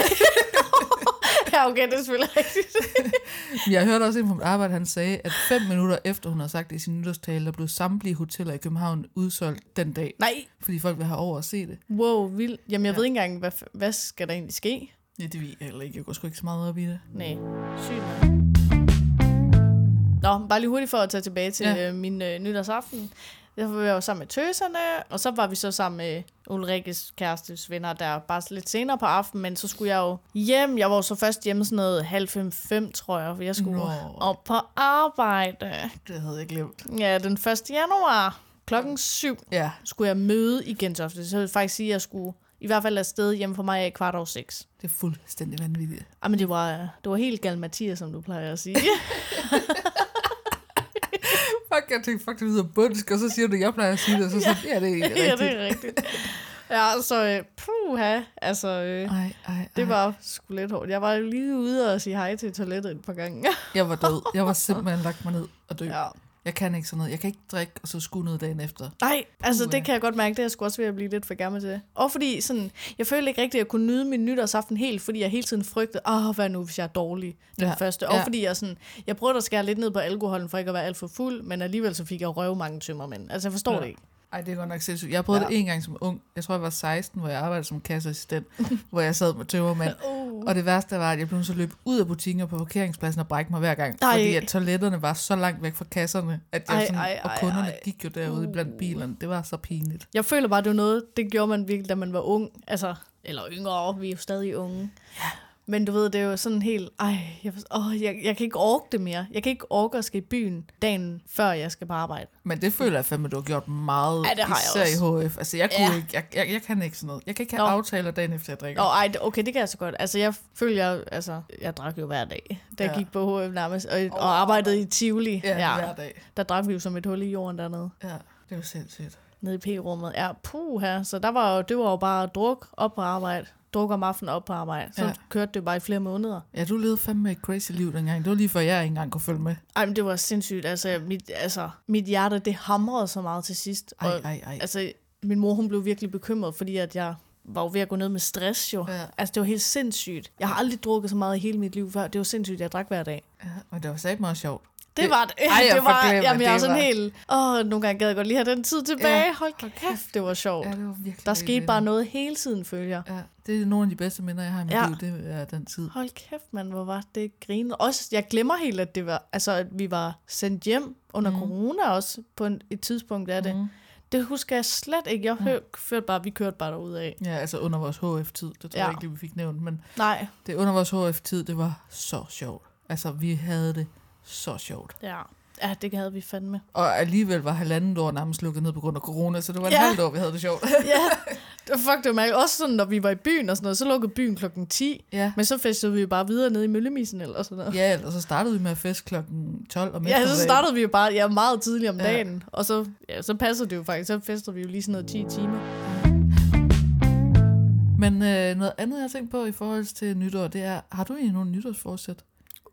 Speaker 1: <laughs> ja, okay, det er selvfølgelig rigtigt.
Speaker 2: Men Jeg hørte også en fra mit arbejde, han sagde, at fem minutter efter hun har sagt det i sin nytårstale, der blev samtlige hoteller i København udsolgt den dag,
Speaker 1: Nej.
Speaker 2: fordi folk vil have over at se det.
Speaker 1: Wow, vildt. Jamen, jeg ja. ved ikke engang, hvad, f- hvad skal der egentlig ske?
Speaker 2: Ja, det ved jeg heller ikke. Jeg går sgu ikke så meget op i det.
Speaker 1: Nej, sygt. Nå, bare lige hurtigt for at tage tilbage til ja.
Speaker 2: Ja.
Speaker 1: øh, min øh, nytårsaften. Der var jeg jo sammen med tøserne, og så var vi så sammen med Ulrikkes kærestes venner der bare lidt senere på aftenen, men så skulle jeg jo hjem. Jeg var jo så først hjemme sådan noget halv fem, fem, tror jeg, for jeg skulle
Speaker 2: Nå.
Speaker 1: op på arbejde.
Speaker 2: Det havde jeg glemt.
Speaker 1: Ja, den 1. januar klokken 7
Speaker 2: Ja,
Speaker 1: skulle jeg møde i Gentofte. Så vil jeg faktisk sige, at jeg skulle i hvert fald afsted hjem for mig af kvart over seks.
Speaker 2: det er fuldstændig vanvittigt.
Speaker 1: Ah, men det var, det var helt gal Mathias, som du plejer at sige.
Speaker 2: Fuck, jeg tænkte faktisk, det hedder bundsk, og så siger du, jeg plejer at sige det, og så siger ja, det er
Speaker 1: <laughs> ja, det er rigtigt. Ja, så øh, puha, altså... Øh,
Speaker 2: Ej, ej,
Speaker 1: det var sgu lidt hårdt. Jeg var lige ude og sige hej til toilettet et par gange.
Speaker 2: Jeg var død. Jeg var simpelthen lagt mig ned og dø.
Speaker 1: ja.
Speaker 2: Jeg kan ikke sådan noget. Jeg kan ikke drikke, og så skulle noget dagen efter.
Speaker 1: Nej, altså
Speaker 2: Uha.
Speaker 1: det kan jeg godt mærke, det er jeg sgu også ved at blive lidt for gammel til. Og fordi sådan, jeg følte ikke rigtigt, at jeg kunne nyde min nytårsaften helt, fordi jeg hele tiden frygtede, åh, hvad nu, hvis jeg er dårlig den
Speaker 2: Ja,
Speaker 1: første. Og
Speaker 2: ja.
Speaker 1: fordi jeg sådan, jeg prøvede at skære lidt ned på alkoholen, for ikke at være alt for fuld, men alligevel så fik jeg røv mange tømmermænd. Altså jeg forstår ja.
Speaker 2: Ja.
Speaker 1: det ikke.
Speaker 2: Ej, det er godt nok sindssygt.
Speaker 1: <laughs>
Speaker 2: Jeg prøvede ja. det en gang som ung. Jeg tror, jeg var 16, hvor jeg arbejdede som kasseassistent, hvor jeg sad med tømmermand.
Speaker 1: Uh. uge.
Speaker 2: Og det værste var, at jeg blev nødt til at løbe ud af butikken og på parkeringspladsen og brække mig hver gang.
Speaker 1: Ej.
Speaker 2: Ej. Fordi at toiletterne var så langt væk fra kasserne, at jeg
Speaker 1: Ej,
Speaker 2: sådan,
Speaker 1: ej,
Speaker 2: og
Speaker 1: ej,
Speaker 2: kunderne
Speaker 1: ej.
Speaker 2: gik jo derude uh. blandt bilerne. Det var så pinligt.
Speaker 1: Jeg føler bare, det var noget, det gjorde man virkelig, da man var ung. Altså, eller yngre, vi er jo stadig unge. Ja. Men du ved, det er jo sådan helt, ej, jeg, åh, jeg, jeg kan ikke orke det mere. Jeg kan ikke orke at skal i byen dagen før jeg skal på arbejde.
Speaker 2: Men det føler jeg fandme, du har gjort meget,
Speaker 1: Ja, det har jeg
Speaker 2: især i HF. Altså, jeg, kunne
Speaker 1: Ja.
Speaker 2: ikke, jeg, jeg, jeg, kan ikke sådan noget. Jeg kan ikke have
Speaker 1: Nå.
Speaker 2: aftaler dagen efter, jeg drikker.
Speaker 1: Nå, ej, det- okay, det kan jeg så godt. Altså, jeg føler, jeg, altså, jeg drak jo hver dag, da jeg
Speaker 2: Ja.
Speaker 1: gik på HF nærmest, og, og arbejdede i Tivoli.
Speaker 2: Ja, ja, hver dag.
Speaker 1: Der drak vi jo som et hul i jorden dernede,
Speaker 2: Ja, det var sindssygt.
Speaker 1: nede i P-rummet. Ja, puh her. Så der var jo, det var jo bare druk op på arbejde, druk om aftenen op på arbejde. Så
Speaker 2: Ja.
Speaker 1: ja. kørte det jo bare i flere måneder.
Speaker 2: Ja, du levede fandme et crazy liv dengang. Det var lige før, jeg ikke engang kunne følge med.
Speaker 1: Ej, men det var sindssygt. Altså, mit, altså, mit hjerte, det hamrede så meget til sidst.
Speaker 2: Ej, ej, ej.
Speaker 1: Altså, min mor, hun blev virkelig bekymret, fordi at jeg var jo ved at gå ned med stress, jo.
Speaker 2: Ja.
Speaker 1: Altså, det var helt sindssygt. Jeg har aldrig drukket så meget i hele mit liv før. Det var sindssygt, jeg drak hver dag.
Speaker 2: Ja, men det var sat meget sjovt.
Speaker 1: Det,
Speaker 2: Det-
Speaker 1: det var det.
Speaker 2: Ej, jeg
Speaker 1: det var,
Speaker 2: forglemmer,
Speaker 1: jamen, jeg var
Speaker 2: det
Speaker 1: sådan
Speaker 2: var-
Speaker 1: helt... Åh, nogle gange gad jeg godt lige have den tid tilbage.
Speaker 2: Ja,
Speaker 1: Ja, hold kæft, det var sjovt.
Speaker 2: Ja,
Speaker 1: Ja,
Speaker 2: det var virkelig
Speaker 1: der
Speaker 2: virkelig
Speaker 1: skete bare noget hele tiden, følger.
Speaker 2: Ja, det er nogle af de bedste minder, jeg har i mit ja.
Speaker 1: Ja.
Speaker 2: liv. Det er den tid.
Speaker 1: Hold kæft, mand, hvor var det grinende. Også, jeg glemmer helt, at, det var, altså, at vi var sendt hjem under
Speaker 2: Mhm.
Speaker 1: mm. corona også, på en, et tidspunkt af det. Mm. Det husker jeg slet ikke. Jeg hør, førte bare, vi kørte bare derud af.
Speaker 2: Ja, altså under vores HF-tid. Det tror ja.
Speaker 1: Ja.
Speaker 2: jeg ikke, lige, vi fik nævnt. Men
Speaker 1: Nej.
Speaker 2: det er under vores HF-tid, det var så sjovt. Altså, vi havde det så sjovt.
Speaker 1: Ja. ja, det havde vi
Speaker 2: <laughs>
Speaker 1: fandme.
Speaker 2: Og alligevel var halvandet år nærmest lukket ned på grund af corona, så det var et
Speaker 1: Ja.
Speaker 2: halvt år, vi havde det sjovt. <laughs>
Speaker 1: ja, det var- fuck, det var mærkeligt. Også sådan, når vi var i byen og sådan noget, så lukkede byen klokken 10.
Speaker 2: ja.
Speaker 1: Men så festede vi jo bare videre nede i Møllemisen eller sådan noget.
Speaker 2: ja, eller så startede vi med at feste klokken 12 om
Speaker 1: Ja, så
Speaker 2: eftermiddagen.
Speaker 1: startede vi jo bare ja, meget tidligt om
Speaker 2: Ja.
Speaker 1: dagen, og så, ja, så passede det jo faktisk. Så fester vi jo lige sådan noget 10 timer.
Speaker 2: Men øh, noget andet, jeg har tænkt på i forhold til nytår, det er, har du egentlig nogle nytårsforsæt?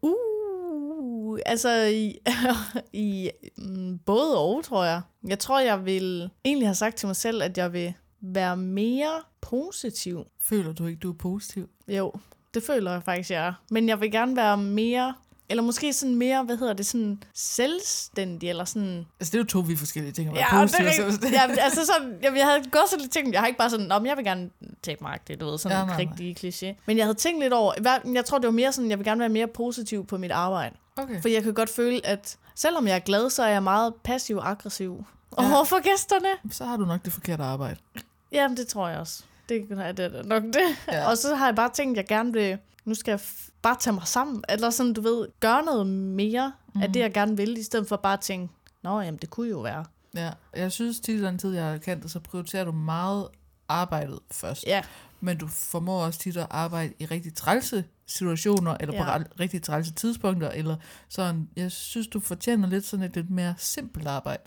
Speaker 1: Uh, altså i, <laughs> i mm, både og, tror jeg. Jeg tror, jeg vil egentlig have sagt til mig selv, at jeg vil være mere positiv.
Speaker 2: Føler du ikke, du er positiv?
Speaker 1: Jo, det føler jeg faktisk, jeg er. Men jeg vil gerne være mere, eller måske sådan mere, hvad hedder det, sådan selvstændig, eller sådan
Speaker 2: Altså, det er jo to vidt forskellige ting at være
Speaker 1: Ja, og det
Speaker 2: positiv.
Speaker 1: er
Speaker 2: og
Speaker 1: rigtigt.
Speaker 2: selvstændig.
Speaker 1: Ja, altså sådan, jamen, jeg havde gået så lidt tænkt, jeg har ikke bare sådan, om jeg vil gerne tabe mig, det du ved, sådan
Speaker 2: Ja,
Speaker 1: ja, en
Speaker 2: nej, nej.
Speaker 1: rigtig kliché. Men jeg havde tænkt lidt over, hvad- jeg tror det var mere sådan, jeg vil gerne være mere positiv på mit arbejde.
Speaker 2: <laughs> Okay.
Speaker 1: For jeg kan godt føle, at selvom jeg er glad, så er jeg meget passiv-aggressiv
Speaker 2: Ja.
Speaker 1: ja. overfor gæsterne.
Speaker 2: Så har du nok det forkerte arbejde.
Speaker 1: Jamen, det tror jeg også. Det, nej, det er nok det.
Speaker 2: Ja.
Speaker 1: Ja. Og så har jeg bare tænkt, at jeg gerne vil, nu skal jeg f- bare tage mig sammen, eller sådan, du ved, gøre noget mere mm. af det, jeg gerne vil, i stedet for bare at tænke, nå, jamen, det kunne jo være.
Speaker 2: Ja, jeg synes tit i den tid, jeg har kendt dig, så prioriterer du meget arbejdet først.
Speaker 1: Ja,
Speaker 2: Men du formår også tit at arbejde i rigtig trælse situationer, eller ja. på
Speaker 1: Ja.
Speaker 2: ret- rigtig trælse tidspunkter, eller sådan. Jeg synes, du fortjener lidt sådan et lidt mere simpelt arbejde.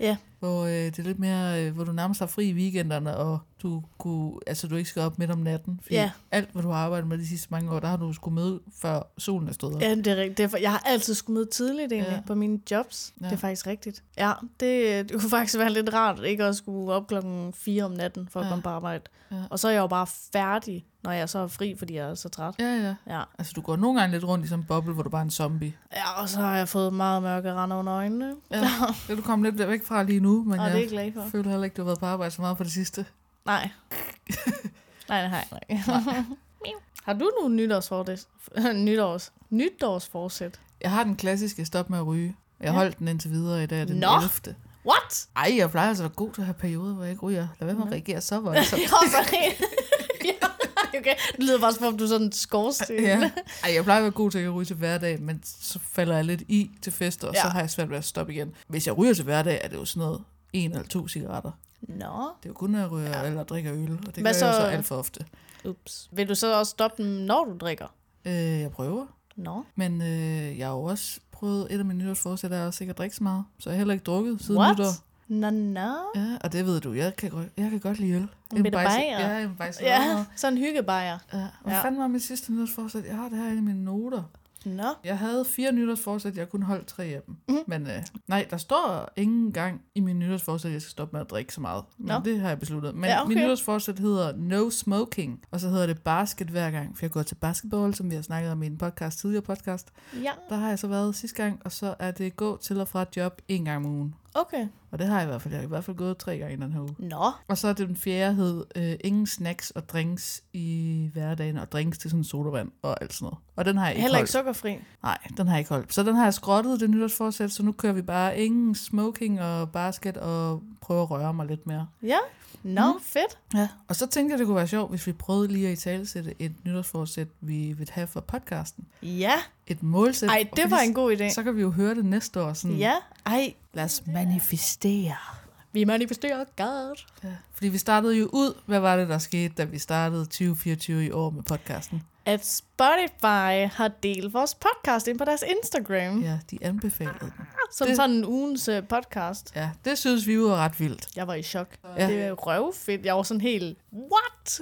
Speaker 1: ja.
Speaker 2: Hvor, øh, det er lidt mere, øh, hvor du nærmest har fri i weekenderne, og du, kunne, altså, du ikke skal op midt om natten. Fordi
Speaker 1: Ja.
Speaker 2: alt, hvad du har arbejdet med de sidste mange år, der har du skulle møde, før solen er stået op.
Speaker 1: Ja, det er rigtigt. Derfor, jeg har altid skulle møde tidligt egentlig
Speaker 2: Ja.
Speaker 1: ja. på mine jobs.
Speaker 2: Ja.
Speaker 1: Ja. Det er faktisk rigtigt. Ja, det, det kunne faktisk være lidt rart ikke at skulle op klokken 4 om natten for at
Speaker 2: Ja.
Speaker 1: ja. komme på arbejde.
Speaker 2: Ja.
Speaker 1: Ja. Og så er jeg jo bare færdig, når jeg så er fri, fordi jeg er så træt.
Speaker 2: Ja, ja.
Speaker 1: Ja.
Speaker 2: Altså, du går nogle gange lidt rundt i sådan en boble, hvor du bare er en zombie.
Speaker 1: ja, og så har jeg fået meget mørke render under øjnene.
Speaker 2: Ja,
Speaker 1: <laughs>
Speaker 2: det er du kommet lidt væk fra lige nu, men
Speaker 1: Og det er jeg glad for.
Speaker 2: jeg føler heller ikke, du har været på arbejde så meget på det sidste. <laughs>
Speaker 1: Nej. Nej, det har jeg ikke. Miau. har du nogle nytårsforsæt? <laughs> Nytårs. Nytårsforsæt?
Speaker 2: Jeg har den klassiske stop med at ryge. Jeg holdt den indtil videre i dag, den
Speaker 1: Nå.
Speaker 2: 11.
Speaker 1: What?
Speaker 2: Ej, jeg plejer altså at være god til at have perioder, hvor jeg ikke ryger. Lad være med at reagere
Speaker 1: <laughs>
Speaker 2: så voldsomt.
Speaker 1: Jeg har så Ja, okay. Det lyder bare som om, du er sådan en skorsten.
Speaker 2: ja. Ej, jeg plejer at være god til at ryge til hverdag, men så falder jeg lidt i til fester, og ja. så
Speaker 1: Ja.
Speaker 2: har jeg svært ved at stoppe igen. Hvis jeg ryger til hverdag, er det jo sådan noget en eller to cigaretter.
Speaker 1: Nå.
Speaker 2: Det er jo kun, når jeg ryger ja. eller drikker øl, og det Hvad gør
Speaker 1: Hvad
Speaker 2: så? jeg jo
Speaker 1: så-
Speaker 2: så alt for ofte.
Speaker 1: Ups. Vil du så også stoppe den, når du drikker?
Speaker 2: Øh, jeg prøver.
Speaker 1: Nå.
Speaker 2: Men øh, jeg har jo også prøvet, et af mine nytårsforsæt er også ikke at drikke så meget, så jeg har heller ikke drukket siden
Speaker 1: What?
Speaker 2: nytår.
Speaker 1: Nå, nå.
Speaker 2: Ja, og det ved du, jeg kan godt, jeg kan godt lide øl.
Speaker 1: bitte
Speaker 2: bajse-
Speaker 1: bajer.
Speaker 2: Ja, en bajse.
Speaker 1: Ja, sådan en hyggebajer.
Speaker 2: ja. Hvad
Speaker 1: Ja.
Speaker 2: fanden var mit sidste nytårsforsæt? Jeg har det her i mine noter.
Speaker 1: Nå.
Speaker 2: Jeg havde fire nytårsforsæt, jeg kunne holde tre af dem.
Speaker 1: Mhm.
Speaker 2: Mm-hmm. Men øh, nej, der står ingen gang i min nytårsforsæt, at jeg skal stoppe med at drikke så meget. Men
Speaker 1: Nå.
Speaker 2: det har jeg besluttet. Men ja,
Speaker 1: Ja,
Speaker 2: okay.
Speaker 1: okay.
Speaker 2: min nytårsforsæt hedder No Smoking, og så hedder det basket hver gang, for jeg går til basketball, som vi har snakket om i en podcast, tidligere podcast.
Speaker 1: Ja.
Speaker 2: Der har jeg så været sidste gang, og så er det gå til og fra et job en gang om ugen.
Speaker 1: Okay.
Speaker 2: Og det har jeg i hvert fald. Jeg har i hvert fald gået tre gange i den her uge.
Speaker 1: Nå,
Speaker 2: Og så er det den fjerde hed, øh, ingen snacks og drinks i hverdagen, og drinks til sådan sodavand og alt sådan noget. Og den har jeg ikke
Speaker 1: heller ikke
Speaker 2: holdt.
Speaker 1: sukkerfri.
Speaker 2: Nej, den har jeg ikke holdt. Så den har jeg skrottet, det nytårsforsæt, så nu kører vi bare ingen smoking og basket og prøver at røre mig lidt mere.
Speaker 1: Ja, nå, mm. fedt.
Speaker 2: Ja. Og så tænkte jeg, det kunne være sjovt, hvis vi prøvede lige at italesætte et nytårsforsæt, vi vil have for podcasten.
Speaker 1: Ja,
Speaker 2: Et målsæt.
Speaker 1: ej,
Speaker 2: Og
Speaker 1: det
Speaker 2: fordi
Speaker 1: var en god idé.
Speaker 2: Så kan vi jo høre det næste år. Sådan,
Speaker 1: Ja, ej,
Speaker 2: Lad os manifestere.
Speaker 1: vi manifesterer godt.
Speaker 2: Ja. Fordi vi startede jo ud, hvad var det, der skete, da vi startede 2024 i år med podcasten?
Speaker 1: At Spotify har delt vores podcast ind på deres Instagram, ja.
Speaker 2: Ja, de anbefalede den.
Speaker 1: som
Speaker 2: det-
Speaker 1: sådan en ugens øh, podcast.
Speaker 2: Ja, det synes vi jo er ret vildt.
Speaker 1: Jeg var i chok.
Speaker 2: Ja.
Speaker 1: Ja. Det er røvfedt. Jeg var sådan helt, what?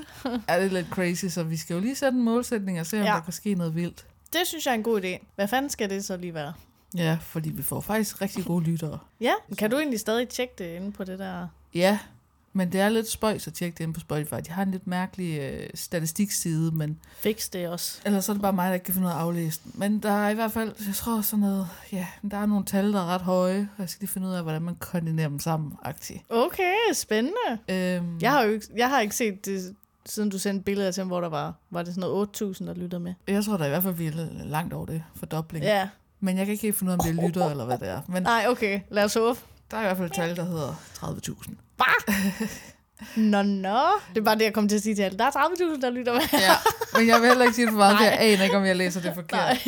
Speaker 2: Er det lidt crazy, så vi skal jo lige sætte en målsætning og se, om ja.
Speaker 1: Ja.
Speaker 2: der kan ske noget vildt.
Speaker 1: Det synes jeg er en god idé. Hvad fanden skal det så lige være?
Speaker 2: Ja, fordi vi får faktisk rigtig gode lyttere.
Speaker 1: Ja, kan du egentlig stadig tjekke det inde på det der?
Speaker 2: Ja, men det er lidt spøjs at tjekke det ind på Spotify. De har en lidt mærkelig øh, statistikside, men
Speaker 1: Fix det også.
Speaker 2: Eller så er det bare mig, der ikke kan finde ud af at aflæse den. Men der er i hvert fald, jeg tror sådan noget, ja, men der er nogle tal, der er ret høje, og jeg skal lige finde ud af, hvordan man koordinerer dem sammen, agtigt.
Speaker 1: Okay, spændende.
Speaker 2: Øhm,
Speaker 1: Jeg har jo ikke, jeg har ikke set det, siden du sendte billeder til mig, hvor der var, var det sådan noget 8.000, der lytter med.
Speaker 2: Jeg tror da i hvert fald, vi er langt over det fordobling.
Speaker 1: Ja.
Speaker 2: Men jeg kan ikke helt finde ud af, om det er lytter eller hvad det er. Men
Speaker 1: Nej, okay. Lad os håbe.
Speaker 2: der er i hvert fald et tal, der hedder 30.000.
Speaker 1: Nå, nå. Det er bare det, jeg kom til at sige til alle. Der er 30.000, der lytter med.
Speaker 2: Ja, men jeg vil heller ikke sige det for meget, for jeg aner ikke, om jeg læser det forkert.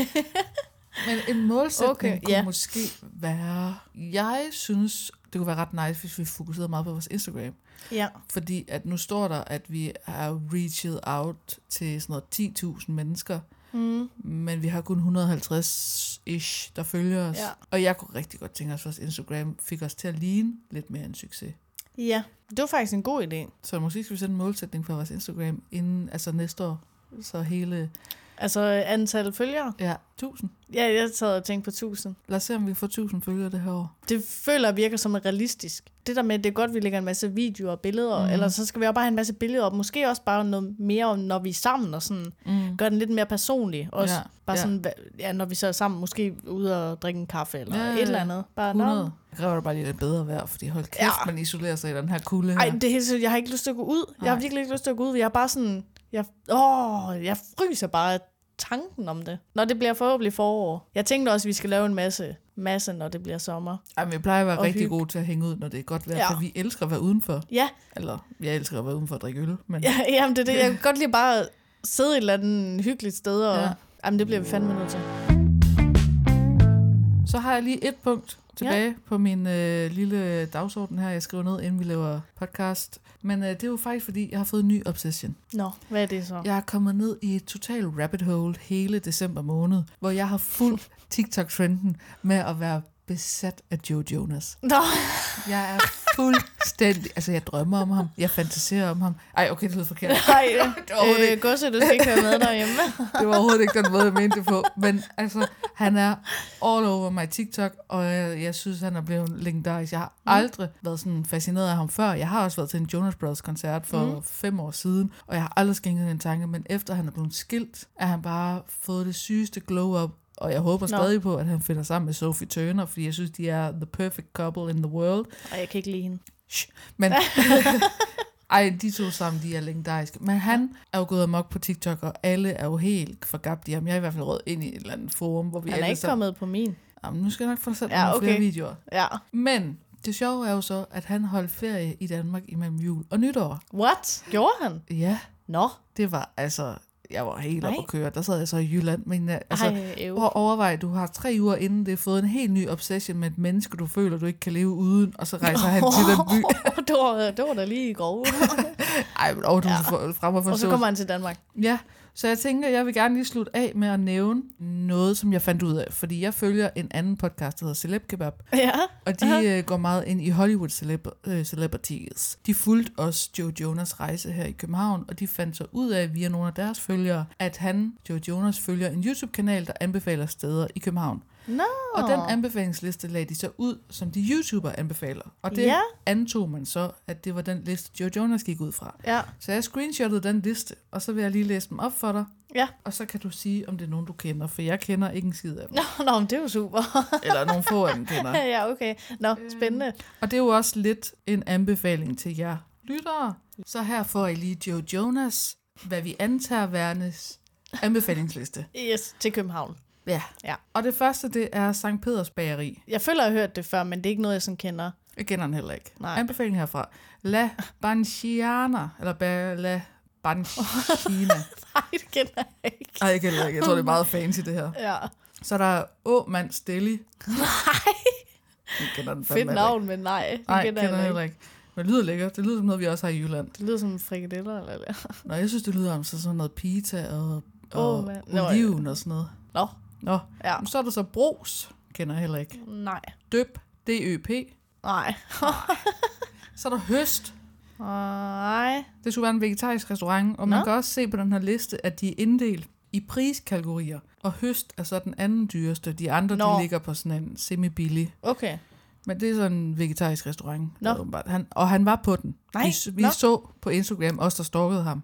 Speaker 2: Men en målsætning okay,
Speaker 1: Okay,
Speaker 2: kunne
Speaker 1: ja.
Speaker 2: måske være... Jeg synes, det kunne være ret nice, hvis vi fokuserede meget på vores Instagram.
Speaker 1: <laughs> Ja.
Speaker 2: Fordi at nu står der, at vi har reached out til sådan noget 10.000 mennesker,
Speaker 1: Mm.
Speaker 2: men vi har kun 150-ish, der følger os.
Speaker 1: Ja.
Speaker 2: Og jeg kunne rigtig godt tænke os, at vores Instagram fik os til at ligne lidt mere en succes.
Speaker 1: Ja. Det var faktisk en god idé.
Speaker 2: Så måske skal vi sætte en målsætning for vores Instagram inden altså næste år. Så hele
Speaker 1: Altså antal følgere.
Speaker 2: ja, 1000.
Speaker 1: Ja, jeg sad og tænkte på 1000.
Speaker 2: Lad os se, om vi får 1000 følgere det her år.
Speaker 1: Det føler jeg virker som et realistisk. Det der med, at det er godt, at vi lægger en masse videoer og billeder, mm. eller så skal vi også bare have en masse billeder op. Måske også bare noget mere, om, når vi er sammen og sådan.
Speaker 2: Mm.
Speaker 1: Gør den lidt mere personlig. Også
Speaker 2: Ja,
Speaker 1: ja, bare
Speaker 2: ja.
Speaker 1: ja. sådan, hva- ja, når vi så er sammen, måske ude og drikke en kaffe eller
Speaker 2: Ja,
Speaker 1: ja, et eller andet. Bare, nå.
Speaker 2: 100. Det kræver det bare lige lidt bedre vejr, fordi hold kæft, ja.
Speaker 1: Ja.
Speaker 2: man isolerer sig i den her kulde her.
Speaker 1: Ej, det er helt seriøst. Jeg har ikke lyst til at gå ud. Jeg
Speaker 2: Nej.
Speaker 1: har virkelig ikke lyst til at gå ud. Jeg er bare sådan... Jeg, åh, jeg fryser bare af tanken om det. Når det bliver forhåbentlig forår. Jeg tænkte også, at vi skal lave en masse, masse når det bliver sommer.
Speaker 2: Ej, men vi plejer at være
Speaker 1: Og
Speaker 2: rigtig
Speaker 1: hygge.
Speaker 2: gode til at hænge ud, når det er godt vejr, ja.
Speaker 1: Ja.
Speaker 2: for vi elsker at være udenfor.
Speaker 1: Ja,
Speaker 2: Eller, jeg elsker at være udenfor og drikke øl, men ja.
Speaker 1: ja <laughs> jamen det er det. Jeg kan godt lide bare at sidde et eller andet hyggeligt sted. Og,
Speaker 2: Ja.
Speaker 1: ja. Jamen, det bliver vi fandme nødt til.
Speaker 2: så har jeg lige et punkt tilbage ja. på min øh, lille dagsorden her, jeg skriver ned, inden vi laver podcast. Men øh, det er jo faktisk, fordi jeg har fået en ny obsession.
Speaker 1: Nå, hvad er det så? Ja.
Speaker 2: Jeg er kommet ned i et total rabbit hole hele december måned, hvor jeg har fulgt TikTok-trenden med at være besat af Joe
Speaker 1: <laughs>
Speaker 2: Jonas.
Speaker 1: Nå,
Speaker 2: Jeg er fuldstændig... Altså, jeg drømmer om ham. Jeg fantaserer om ham. Ej, okay, det lyder forkert.
Speaker 1: nej.
Speaker 2: overhovedet
Speaker 1: øh, Godse, du skal ikke være med <laughs> derhjemme.
Speaker 2: Det var overhovedet ikke den måde, jeg mente det på. Men altså, han er all over my TikTok, og øh, jeg, jeg synes, han er blevet legendarisk. Jeg har aldrig været sådan fascineret af ham før. Jeg har også været til en Jonas Brothers-koncert for mm. fem år siden, og jeg har aldrig skænket en tanke, men efter han er blevet skilt, er han bare fået det sygeste glow-up, og jeg
Speaker 1: Nå.
Speaker 2: håber stadig på, at han finder sammen med Sophie Turner, fordi jeg synes, de er the perfect couple in the world.
Speaker 1: Og jeg kan ikke lide hende.
Speaker 2: Shh,
Speaker 1: <laughs>
Speaker 2: men... Ej, de to sammen, de er legendariske. Men han er jo gået amok på TikTok, og alle er jo helt forgabt i ham. Jeg er i hvert fald rød ind i et eller andet forum, hvor vi
Speaker 1: Han er
Speaker 2: alle
Speaker 1: ikke
Speaker 2: sammen...
Speaker 1: kommet på min.
Speaker 2: Jamen, nu skal jeg nok få sendt
Speaker 1: Ja,
Speaker 2: ja, nogle flere
Speaker 1: okay.
Speaker 2: videoer.
Speaker 1: Ja.
Speaker 2: Men det sjove er jo så, at han holdt ferie i Danmark imellem jul og nytår.
Speaker 1: What? Gjorde han?
Speaker 2: Ja,
Speaker 1: Nå.
Speaker 2: det var altså... Jeg var helt
Speaker 1: Nej.
Speaker 2: oppe at køre. Der sad jeg så i Jylland. Men øh, altså,
Speaker 1: Ej, øv.
Speaker 2: prøv at overveje, du har tre uger inden det fået en helt ny obsession med et menneske, du føler, du ikke kan leve uden, og så rejser han til den by.
Speaker 1: <laughs> det, var, det var da lige i <laughs> grove.
Speaker 2: Ej, men oh, du ja. frem og
Speaker 1: og så kommer han til Danmark.
Speaker 2: Ja, så jeg tænker, jeg vil gerne lige slutte af med at nævne noget, som jeg fandt ud af. Fordi jeg følger en anden podcast, der hedder Celeb Kebab,
Speaker 1: Ja.
Speaker 2: og de øh, går meget ind i Hollywood celeb- øh, celebrities. De fulgte også Joe Jonas rejse her i København, og de fandt så ud af via nogle af deres følgere, at han, Joe Jonas, følger en YouTube-kanal, der anbefaler steder i København.
Speaker 1: Nå.
Speaker 2: Og den anbefalingsliste lagde de så ud, som de YouTuber anbefaler. Og det
Speaker 1: Ja.
Speaker 2: antog man så, at det var den liste, Joe Jonas gik ud fra.
Speaker 1: Ja.
Speaker 2: Så jeg screenshottede den liste, og så vil jeg lige læse dem op for dig.
Speaker 1: Ja.
Speaker 2: Og så kan du sige, om det er nogen, du kender, for jeg kender ikke en skid af dem.
Speaker 1: Nå, nå, men det er jo super. <laughs>
Speaker 2: <laughs> Eller nogen få af dem kender.
Speaker 1: Ja, ja okay. Nå, spændende.
Speaker 2: Og det er jo også lidt en anbefaling til jer lyttere. Så her får I lige Joe Jonas, hvad vi antager værnes anbefalingsliste.
Speaker 1: Yes, til København.
Speaker 2: Ja.
Speaker 1: <laughs> Ja.
Speaker 2: Og det første, det er Sankt Peders Bageri.
Speaker 1: Jeg føler, jeg har hørt det før, men det er ikke noget, jeg sådan kender. <laughs>
Speaker 2: Jeg kender den heller ikke.
Speaker 1: Nej.
Speaker 2: Anbefaling herfra. La Banciana, eller ba, La Bancina.
Speaker 1: <laughs> Nej, det kender jeg ikke.
Speaker 2: Ej, jeg kender ikke. Jeg tror, det er meget fancy, det her.
Speaker 1: Ja,
Speaker 2: Så er der Åmand Stilly. Nej. Jeg kender den fandme
Speaker 1: fedt
Speaker 2: heller ikke.
Speaker 1: navn, men nej, det
Speaker 2: Nej,
Speaker 1: kender
Speaker 2: kender den
Speaker 1: jeg
Speaker 2: heller
Speaker 1: ikke.
Speaker 2: ikke. Men det lyder lækkert. Det lyder som noget, vi også har i Jylland.
Speaker 1: Det lyder som frikadeller eller hvad.
Speaker 2: Nå, jeg synes, det lyder om sådan noget pita og, og
Speaker 1: Åh, mand. Nå, ja.
Speaker 2: oliven og sådan noget.
Speaker 1: <laughs> Nå,
Speaker 2: Nå,
Speaker 1: ja.
Speaker 2: men så er der så Bros, kender jeg heller ikke.
Speaker 1: Nej,
Speaker 2: Døb, D-Ø-P.
Speaker 1: nej,
Speaker 2: Så er der Høst,
Speaker 1: nej.
Speaker 2: det skulle være en vegetarisk restaurant, og man
Speaker 1: Nå.
Speaker 2: kan også se på den her liste, at de er inddelt i priskategorier, og høst er så den anden dyreste. De andre,
Speaker 1: Nå.
Speaker 2: de ligger på sådan en semi-billig.
Speaker 1: <laughs> Okay.
Speaker 2: Men det er sådan en vegetarisk restaurant.
Speaker 1: Nå.
Speaker 2: åbenbart. Han, og han var på den.
Speaker 1: Nej,
Speaker 2: Vi, s- vi
Speaker 1: nå. Uh,
Speaker 2: så på Instagram, os der stalkede ham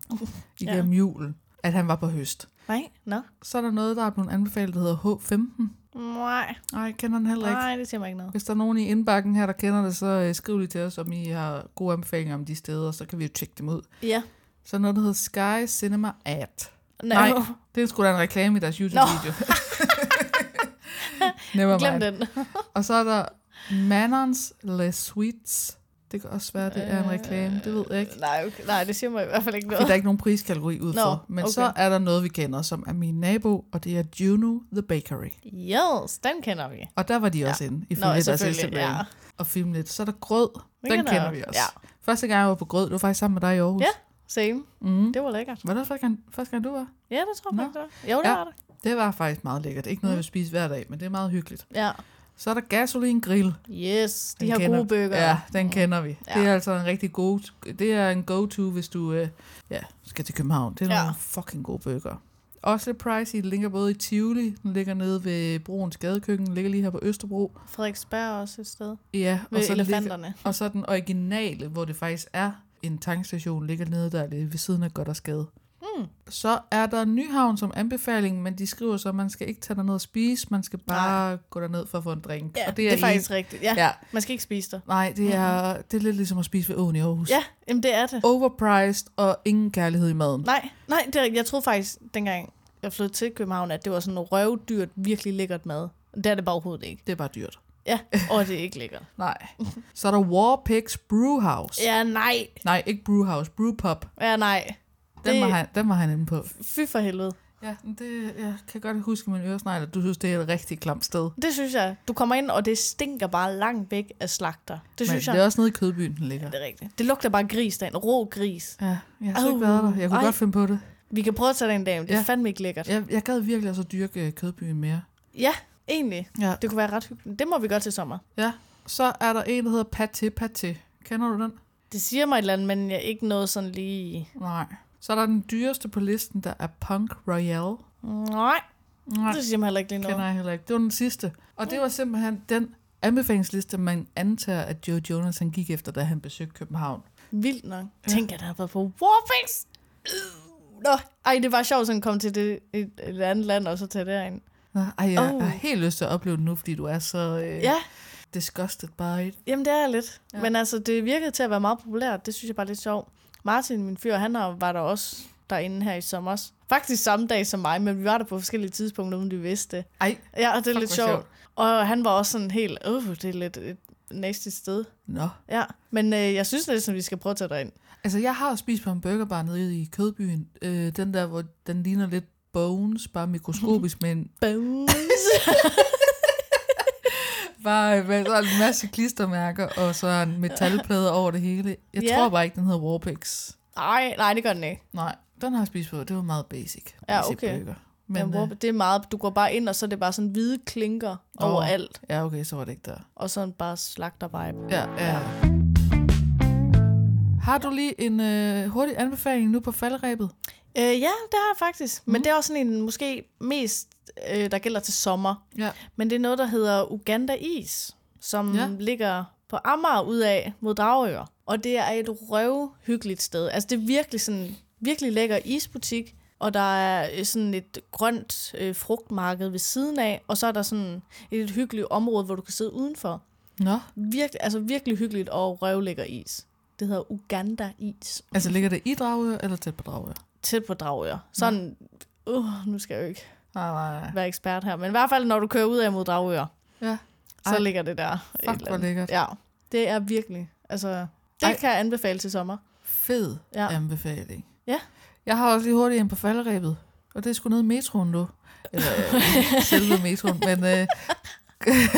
Speaker 2: igennem ja. julen, at han var på høst.
Speaker 1: Nej, nå.
Speaker 2: Så er der noget, der er blevet anbefalet, der hedder H15.
Speaker 1: Nej,
Speaker 2: Nej, jeg kender den heller ikke.
Speaker 1: nej, det siger mig ikke noget.
Speaker 2: Hvis der er nogen i indbakken her, der kender det, så øh, skriv lige til os, om I har gode anbefalinger om de steder, så kan vi jo tjekke dem ud.
Speaker 1: Ja.
Speaker 2: Så er noget, der hedder Sky Cinema Ad.
Speaker 1: Nå.
Speaker 2: Nej, det er sgu da en reklame i deres YouTube-video.
Speaker 1: <laughs>
Speaker 2: Never
Speaker 1: Glem
Speaker 2: mind.
Speaker 1: <laughs> den.
Speaker 2: Og så er der Manons Les Sweets. Det kan også være, det er en reklame. Det ved jeg ikke.
Speaker 1: Nej, okay. nej, det siger mig i hvert fald ikke
Speaker 2: Det er
Speaker 1: noget.
Speaker 2: der ikke nogen priskategori ud
Speaker 1: Nå,
Speaker 2: for. Men så
Speaker 1: okay.
Speaker 2: er der noget, vi kender, som er min nabo, og det er Juno The Bakery.
Speaker 1: Yes, den kender vi.
Speaker 2: Og der var de også ja. inde, ifølge deres
Speaker 1: selvfølgelig,
Speaker 2: Instagram. Ja.
Speaker 1: ja.
Speaker 2: Og filme lidt. Så er der grød. Den
Speaker 1: kender
Speaker 2: kender,
Speaker 1: jeg.
Speaker 2: vi også.
Speaker 1: Ja.
Speaker 2: Ja. Første gang, jeg var på grød, det var faktisk sammen med dig i Aarhus. Mhm.
Speaker 1: Ja, same. Mm. Det var lækkert.
Speaker 2: Var det første gang, første gang, du var?
Speaker 1: Ja, det tror jeg faktisk, det var. Jo, det
Speaker 2: Ja.
Speaker 1: var det.
Speaker 2: Det var faktisk meget lækkert. Ikke noget, jeg vil spise hver dag, men det er meget hyggeligt.
Speaker 1: Ja.
Speaker 2: Så er der gasolin grill.
Speaker 1: Yes, de
Speaker 2: Den
Speaker 1: har
Speaker 2: kender-
Speaker 1: gode bøger. Mm.
Speaker 2: Ja, den kender vi.
Speaker 1: Ja.
Speaker 2: Ja. Det er altså en rigtig god... Det er en go-to, hvis du øh, ja, skal til København. Det
Speaker 1: Ja.
Speaker 2: er ja. nogle fucking gode bøger. Også lidt pricey. Den ligger både i Tivoli, den ligger nede ved Broens Gadekøkken, den ligger lige her på Østerbro.
Speaker 1: Frederiksberg er også et sted.
Speaker 2: Ja,
Speaker 1: Ved
Speaker 2: så ligger-
Speaker 1: elefanterne.
Speaker 2: Og så den originale, hvor det faktisk er en tankstation, ligger nede der lidt ved siden af Goddersgade.
Speaker 1: Hmm.
Speaker 2: Mm. Så er der Nyhavn som anbefaling, men de skriver så, at man skal ikke tage derned og spise, man skal bare Nej. gå derned for at få en drink.
Speaker 1: Ja,
Speaker 2: og
Speaker 1: det er, det er faktisk rigtigt. Ja. ja.
Speaker 2: Ja.
Speaker 1: Man skal ikke spise der.
Speaker 2: Nej, det er, det er lidt ligesom at spise ved åen i Aarhus.
Speaker 1: Ja, jamen det er det.
Speaker 2: Overpriced og ingen kærlighed i maden.
Speaker 1: Nej, nej det er, jeg troede faktisk, dengang jeg flyttede til København, at det var sådan noget røvdyrt, virkelig lækkert mad. Det er det bare overhovedet ikke.
Speaker 2: Det er bare dyrt.
Speaker 1: Ja, og det er ikke lækkert.
Speaker 2: Nej. Så er der War Pigs Brewhouse.
Speaker 1: Ja, nej.
Speaker 2: Nej, ikke Brewhouse, Brewpub.
Speaker 1: Ja, nej.
Speaker 2: Den,
Speaker 1: Det-
Speaker 2: det... var han, den var han inde på.
Speaker 1: Fy for helvede.
Speaker 2: Ja, men det, jeg kan godt huske min øresnegl, at du synes, det er et rigtig klamt sted.
Speaker 1: Det synes jeg. Du kommer ind, og det stinker bare langt væk af slagter. Det
Speaker 2: Men
Speaker 1: synes jeg.
Speaker 2: det er også nede i kødbyen, den ligger.
Speaker 1: det er rigtigt. Det lugter bare gris derinde. Rå gris.
Speaker 2: Ja, jeg har slet ikke
Speaker 1: Au,
Speaker 2: været der. Jeg kunne
Speaker 1: ej.
Speaker 2: godt finde på det.
Speaker 1: Vi kan prøve at tage det en dag, men det er
Speaker 2: Ja.
Speaker 1: fandme ikke lækkert.
Speaker 2: Jeg, jeg gad virkelig også at dyrke øh, kødbyen mere.
Speaker 1: Ja, egentlig.
Speaker 2: Ja.
Speaker 1: Det kunne være ret hyggeligt. Det må vi gøre til sommer.
Speaker 2: ja. Så er der en, der hedder Paté Paté. Kender du den?
Speaker 1: Det siger mig et eller andet, men jeg er ikke noget sådan lige...
Speaker 2: Nej. Så er der den dyreste på listen, der er Punk Royale.
Speaker 1: Nej,
Speaker 2: Nej,
Speaker 1: det siger mig heller ikke lige noget.
Speaker 2: kender jeg heller ikke. Det var den sidste. Og det var simpelthen den anbefalingsliste, man antager, at Joe Jonas han gik efter, da han besøgte København.
Speaker 1: Vildt nok. Ja. Tænk, at der har været på Warface. Øh, Nå, ej, det var sjovt sådan at komme til det, et, et andet land og så tage derind.
Speaker 2: Nå, Ej, jeg,
Speaker 1: Oh.
Speaker 2: jeg har helt lyst til at opleve den nu, fordi du er så øh,
Speaker 1: Ja,
Speaker 2: disgusted by it.
Speaker 1: jamen det er jeg lidt. Ja. Men altså, det virkede til at være meget populært. Det synes jeg bare er lidt sjovt. Martin, min fyr, han har, var der også derinde her i sommer. Faktisk samme dag som mig, men vi var der på forskellige tidspunkter, uden vi vidste det.
Speaker 2: Ej,
Speaker 1: Ja, og det er
Speaker 2: Fuck,
Speaker 1: lidt
Speaker 2: hvor
Speaker 1: sjovt. sjovt. Og han var også sådan helt, øh, det er lidt et næste sted.
Speaker 2: nå.
Speaker 1: Ja, men øh, jeg synes lidt, at vi skal prøve at tage dig ind.
Speaker 2: Altså, jeg har spist på en burgerbar nede i Kødbyen. Øh, den der, hvor den ligner lidt bones, bare
Speaker 1: <laughs>
Speaker 2: mikroskopisk, men
Speaker 1: Bones.
Speaker 2: bare øh, med, der er en masse klistermærker, og så er en metalplade over det hele. Jeg
Speaker 1: Ja.
Speaker 2: yeah. tror bare ikke, den hedder Warpix.
Speaker 1: <laughs> nej, nej, det gør den ikke.
Speaker 2: Nej, den har jeg spist på. Det var meget basic.
Speaker 1: Ja,
Speaker 2: basic
Speaker 1: okay.
Speaker 2: Burger.
Speaker 1: Men, ja,
Speaker 2: Men,
Speaker 1: hvor,
Speaker 2: øh,
Speaker 1: det er meget, du går bare ind, og så er det bare sådan hvide klinker
Speaker 2: Nå.
Speaker 1: overalt,
Speaker 2: ja, okay, så var det ikke der.
Speaker 1: og sådan bare slagter vibe.
Speaker 2: Ja, ja. Har du lige en øh, hurtig anbefaling nu på faldrebet?
Speaker 1: Øh, ja, det har jeg faktisk. Men det er også sådan en, måske mest, øh, der gælder til sommer.
Speaker 2: Ja.
Speaker 1: Men det er noget, der hedder Uganda Is, som
Speaker 2: Ja.
Speaker 1: ja. ligger på Amager udad mod Dragør. Og det er et røvhyggeligt sted. Altså, det er virkelig sådan, virkelig lækker isbutik. Og der er øh, sådan et grønt øh, frugtmarked ved siden af. Og så er der sådan et hyggeligt område, hvor du kan sidde udenfor.
Speaker 2: Nå.
Speaker 1: Virkelig, altså virkelig hyggeligt og røvlækker is. Det hedder Uganda Is.
Speaker 2: Altså ligger det i Dragør eller tæt på Dragør?
Speaker 1: tæt på Dragør. Sådan, uh, nu skal jeg jo ikke
Speaker 2: Nej, nej, nej.
Speaker 1: være ekspert her, men i hvert fald, når du kører ud af mod Dragør,
Speaker 2: Ja.
Speaker 1: så
Speaker 2: Ej,
Speaker 1: Ej, ligger det der. et eller
Speaker 2: hvor
Speaker 1: andet.
Speaker 2: lækkert.
Speaker 1: Ja, det er virkelig, altså, det
Speaker 2: Ej.
Speaker 1: Ej. kan jeg anbefale til sommer.
Speaker 2: Fed ja.
Speaker 1: Ja.
Speaker 2: anbefaling.
Speaker 1: Ja.
Speaker 2: Jeg har også lige hurtigt en på falderæbet, og det er sgu nede i metroen nu. Eller øh, selve metroen, men øh, <laughs>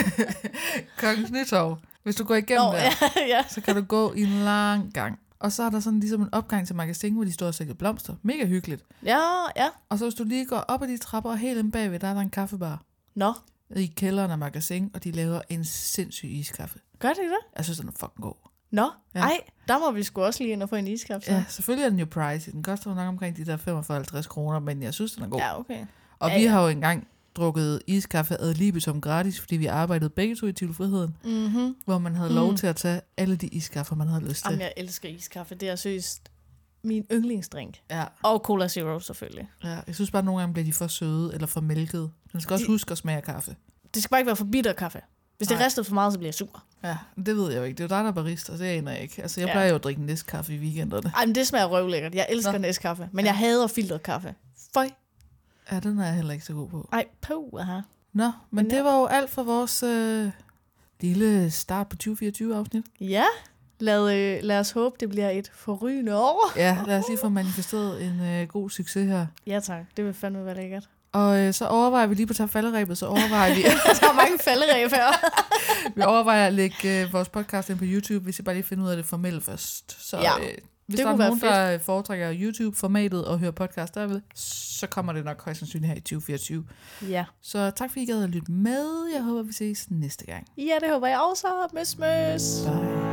Speaker 2: Kongens Nytorv. Hvis du går igennem
Speaker 1: Nå,
Speaker 2: Nå, der,
Speaker 1: ja, <laughs> ja.
Speaker 2: så kan du gå i en lang gang. Og så er der sådan ligesom en opgang til magasin, hvor de står og sælger blomster. Mega hyggeligt.
Speaker 1: Ja, ja.
Speaker 2: Og så hvis du lige går op ad de trapper, og helt inde bagved, der er der en kaffebar
Speaker 1: Nå,
Speaker 2: i kælderen af magasin, og de laver en sindssyg iskaffe.
Speaker 1: gør det det?
Speaker 2: Jeg synes, den er fucking god.
Speaker 1: Nå,
Speaker 2: Ja.
Speaker 1: ja. Ej, der må vi sgu også lige ind og få en iskaffe. så.
Speaker 2: Ja, selvfølgelig er den jo pricey. Den koster jo nok omkring de der 45-50 kroner, men jeg synes, den er god.
Speaker 1: ja, okay.
Speaker 2: Og
Speaker 1: Ja,
Speaker 2: vi
Speaker 1: ja.
Speaker 2: har jo engang drukket iskaffe ad libitum gratis, fordi vi arbejdede begge to i Tivoli Friheden,
Speaker 1: Mm-hmm.
Speaker 2: hvor man havde lov til at tage alle de iskaffer, man havde lyst til.
Speaker 1: Jamen, jeg elsker iskaffe. Det er seriøst min yndlingsdrink.
Speaker 2: ja.
Speaker 1: Og Cola Zero, selvfølgelig.
Speaker 2: ja. Jeg synes bare, at nogle gange bliver de for søde eller for mælkede. Man skal også huske at smage af kaffe.
Speaker 1: Det skal bare ikke være for bitter kaffe. Hvis det
Speaker 2: Nej.
Speaker 1: er ristet for meget, så bliver jeg sur.
Speaker 2: Ja, det ved jeg jo ikke. Det er jo dig, der er barista, og det aner jeg ikke. Altså, jeg ja.
Speaker 1: Ja.
Speaker 2: plejer jo at drikke næstkaffe i weekenderne.
Speaker 1: Ej, men det smager røvlækkert. Jeg elsker
Speaker 2: Nå.
Speaker 1: Nå. næstkaffe, men jeg hader filtret kaffe. Føj.
Speaker 2: Ja, den er jeg heller ikke så god på.
Speaker 1: Ej, puh, aha.
Speaker 2: Nå, men
Speaker 1: Men
Speaker 2: det
Speaker 1: ja.
Speaker 2: var jo alt for vores øh, lille start på 2024-afsnit.
Speaker 1: Ja, lad, øh, lad os håbe, det bliver et forrygende år.
Speaker 2: Ja, lad os lige få manifesteret en øh, god succes her.
Speaker 1: Ja tak, det vil fandme være lækkert.
Speaker 2: Og øh, så overvejer vi lige på falderæbet, så
Speaker 1: <laughs>
Speaker 2: overvejer vi, <laughs>
Speaker 1: Der er mange falderæb her.
Speaker 2: vi overvejer at lægge øh, vores podcast ind på YouTube, hvis vi bare lige finder ud af det formelle først. Så
Speaker 1: Ja,
Speaker 2: øh, hvis
Speaker 1: det
Speaker 2: der er
Speaker 1: kunne være
Speaker 2: nogen, der øh, foretrækker YouTube-formatet og hører podcast derved, så kommer det nok højst sandsynligt her i 2024.
Speaker 1: <laughs> ja.
Speaker 2: Så tak fordi I gad at lytte med. Jeg håber, vi ses næste gang.
Speaker 1: ja, det håber jeg også. Møs, møs.
Speaker 2: Bye.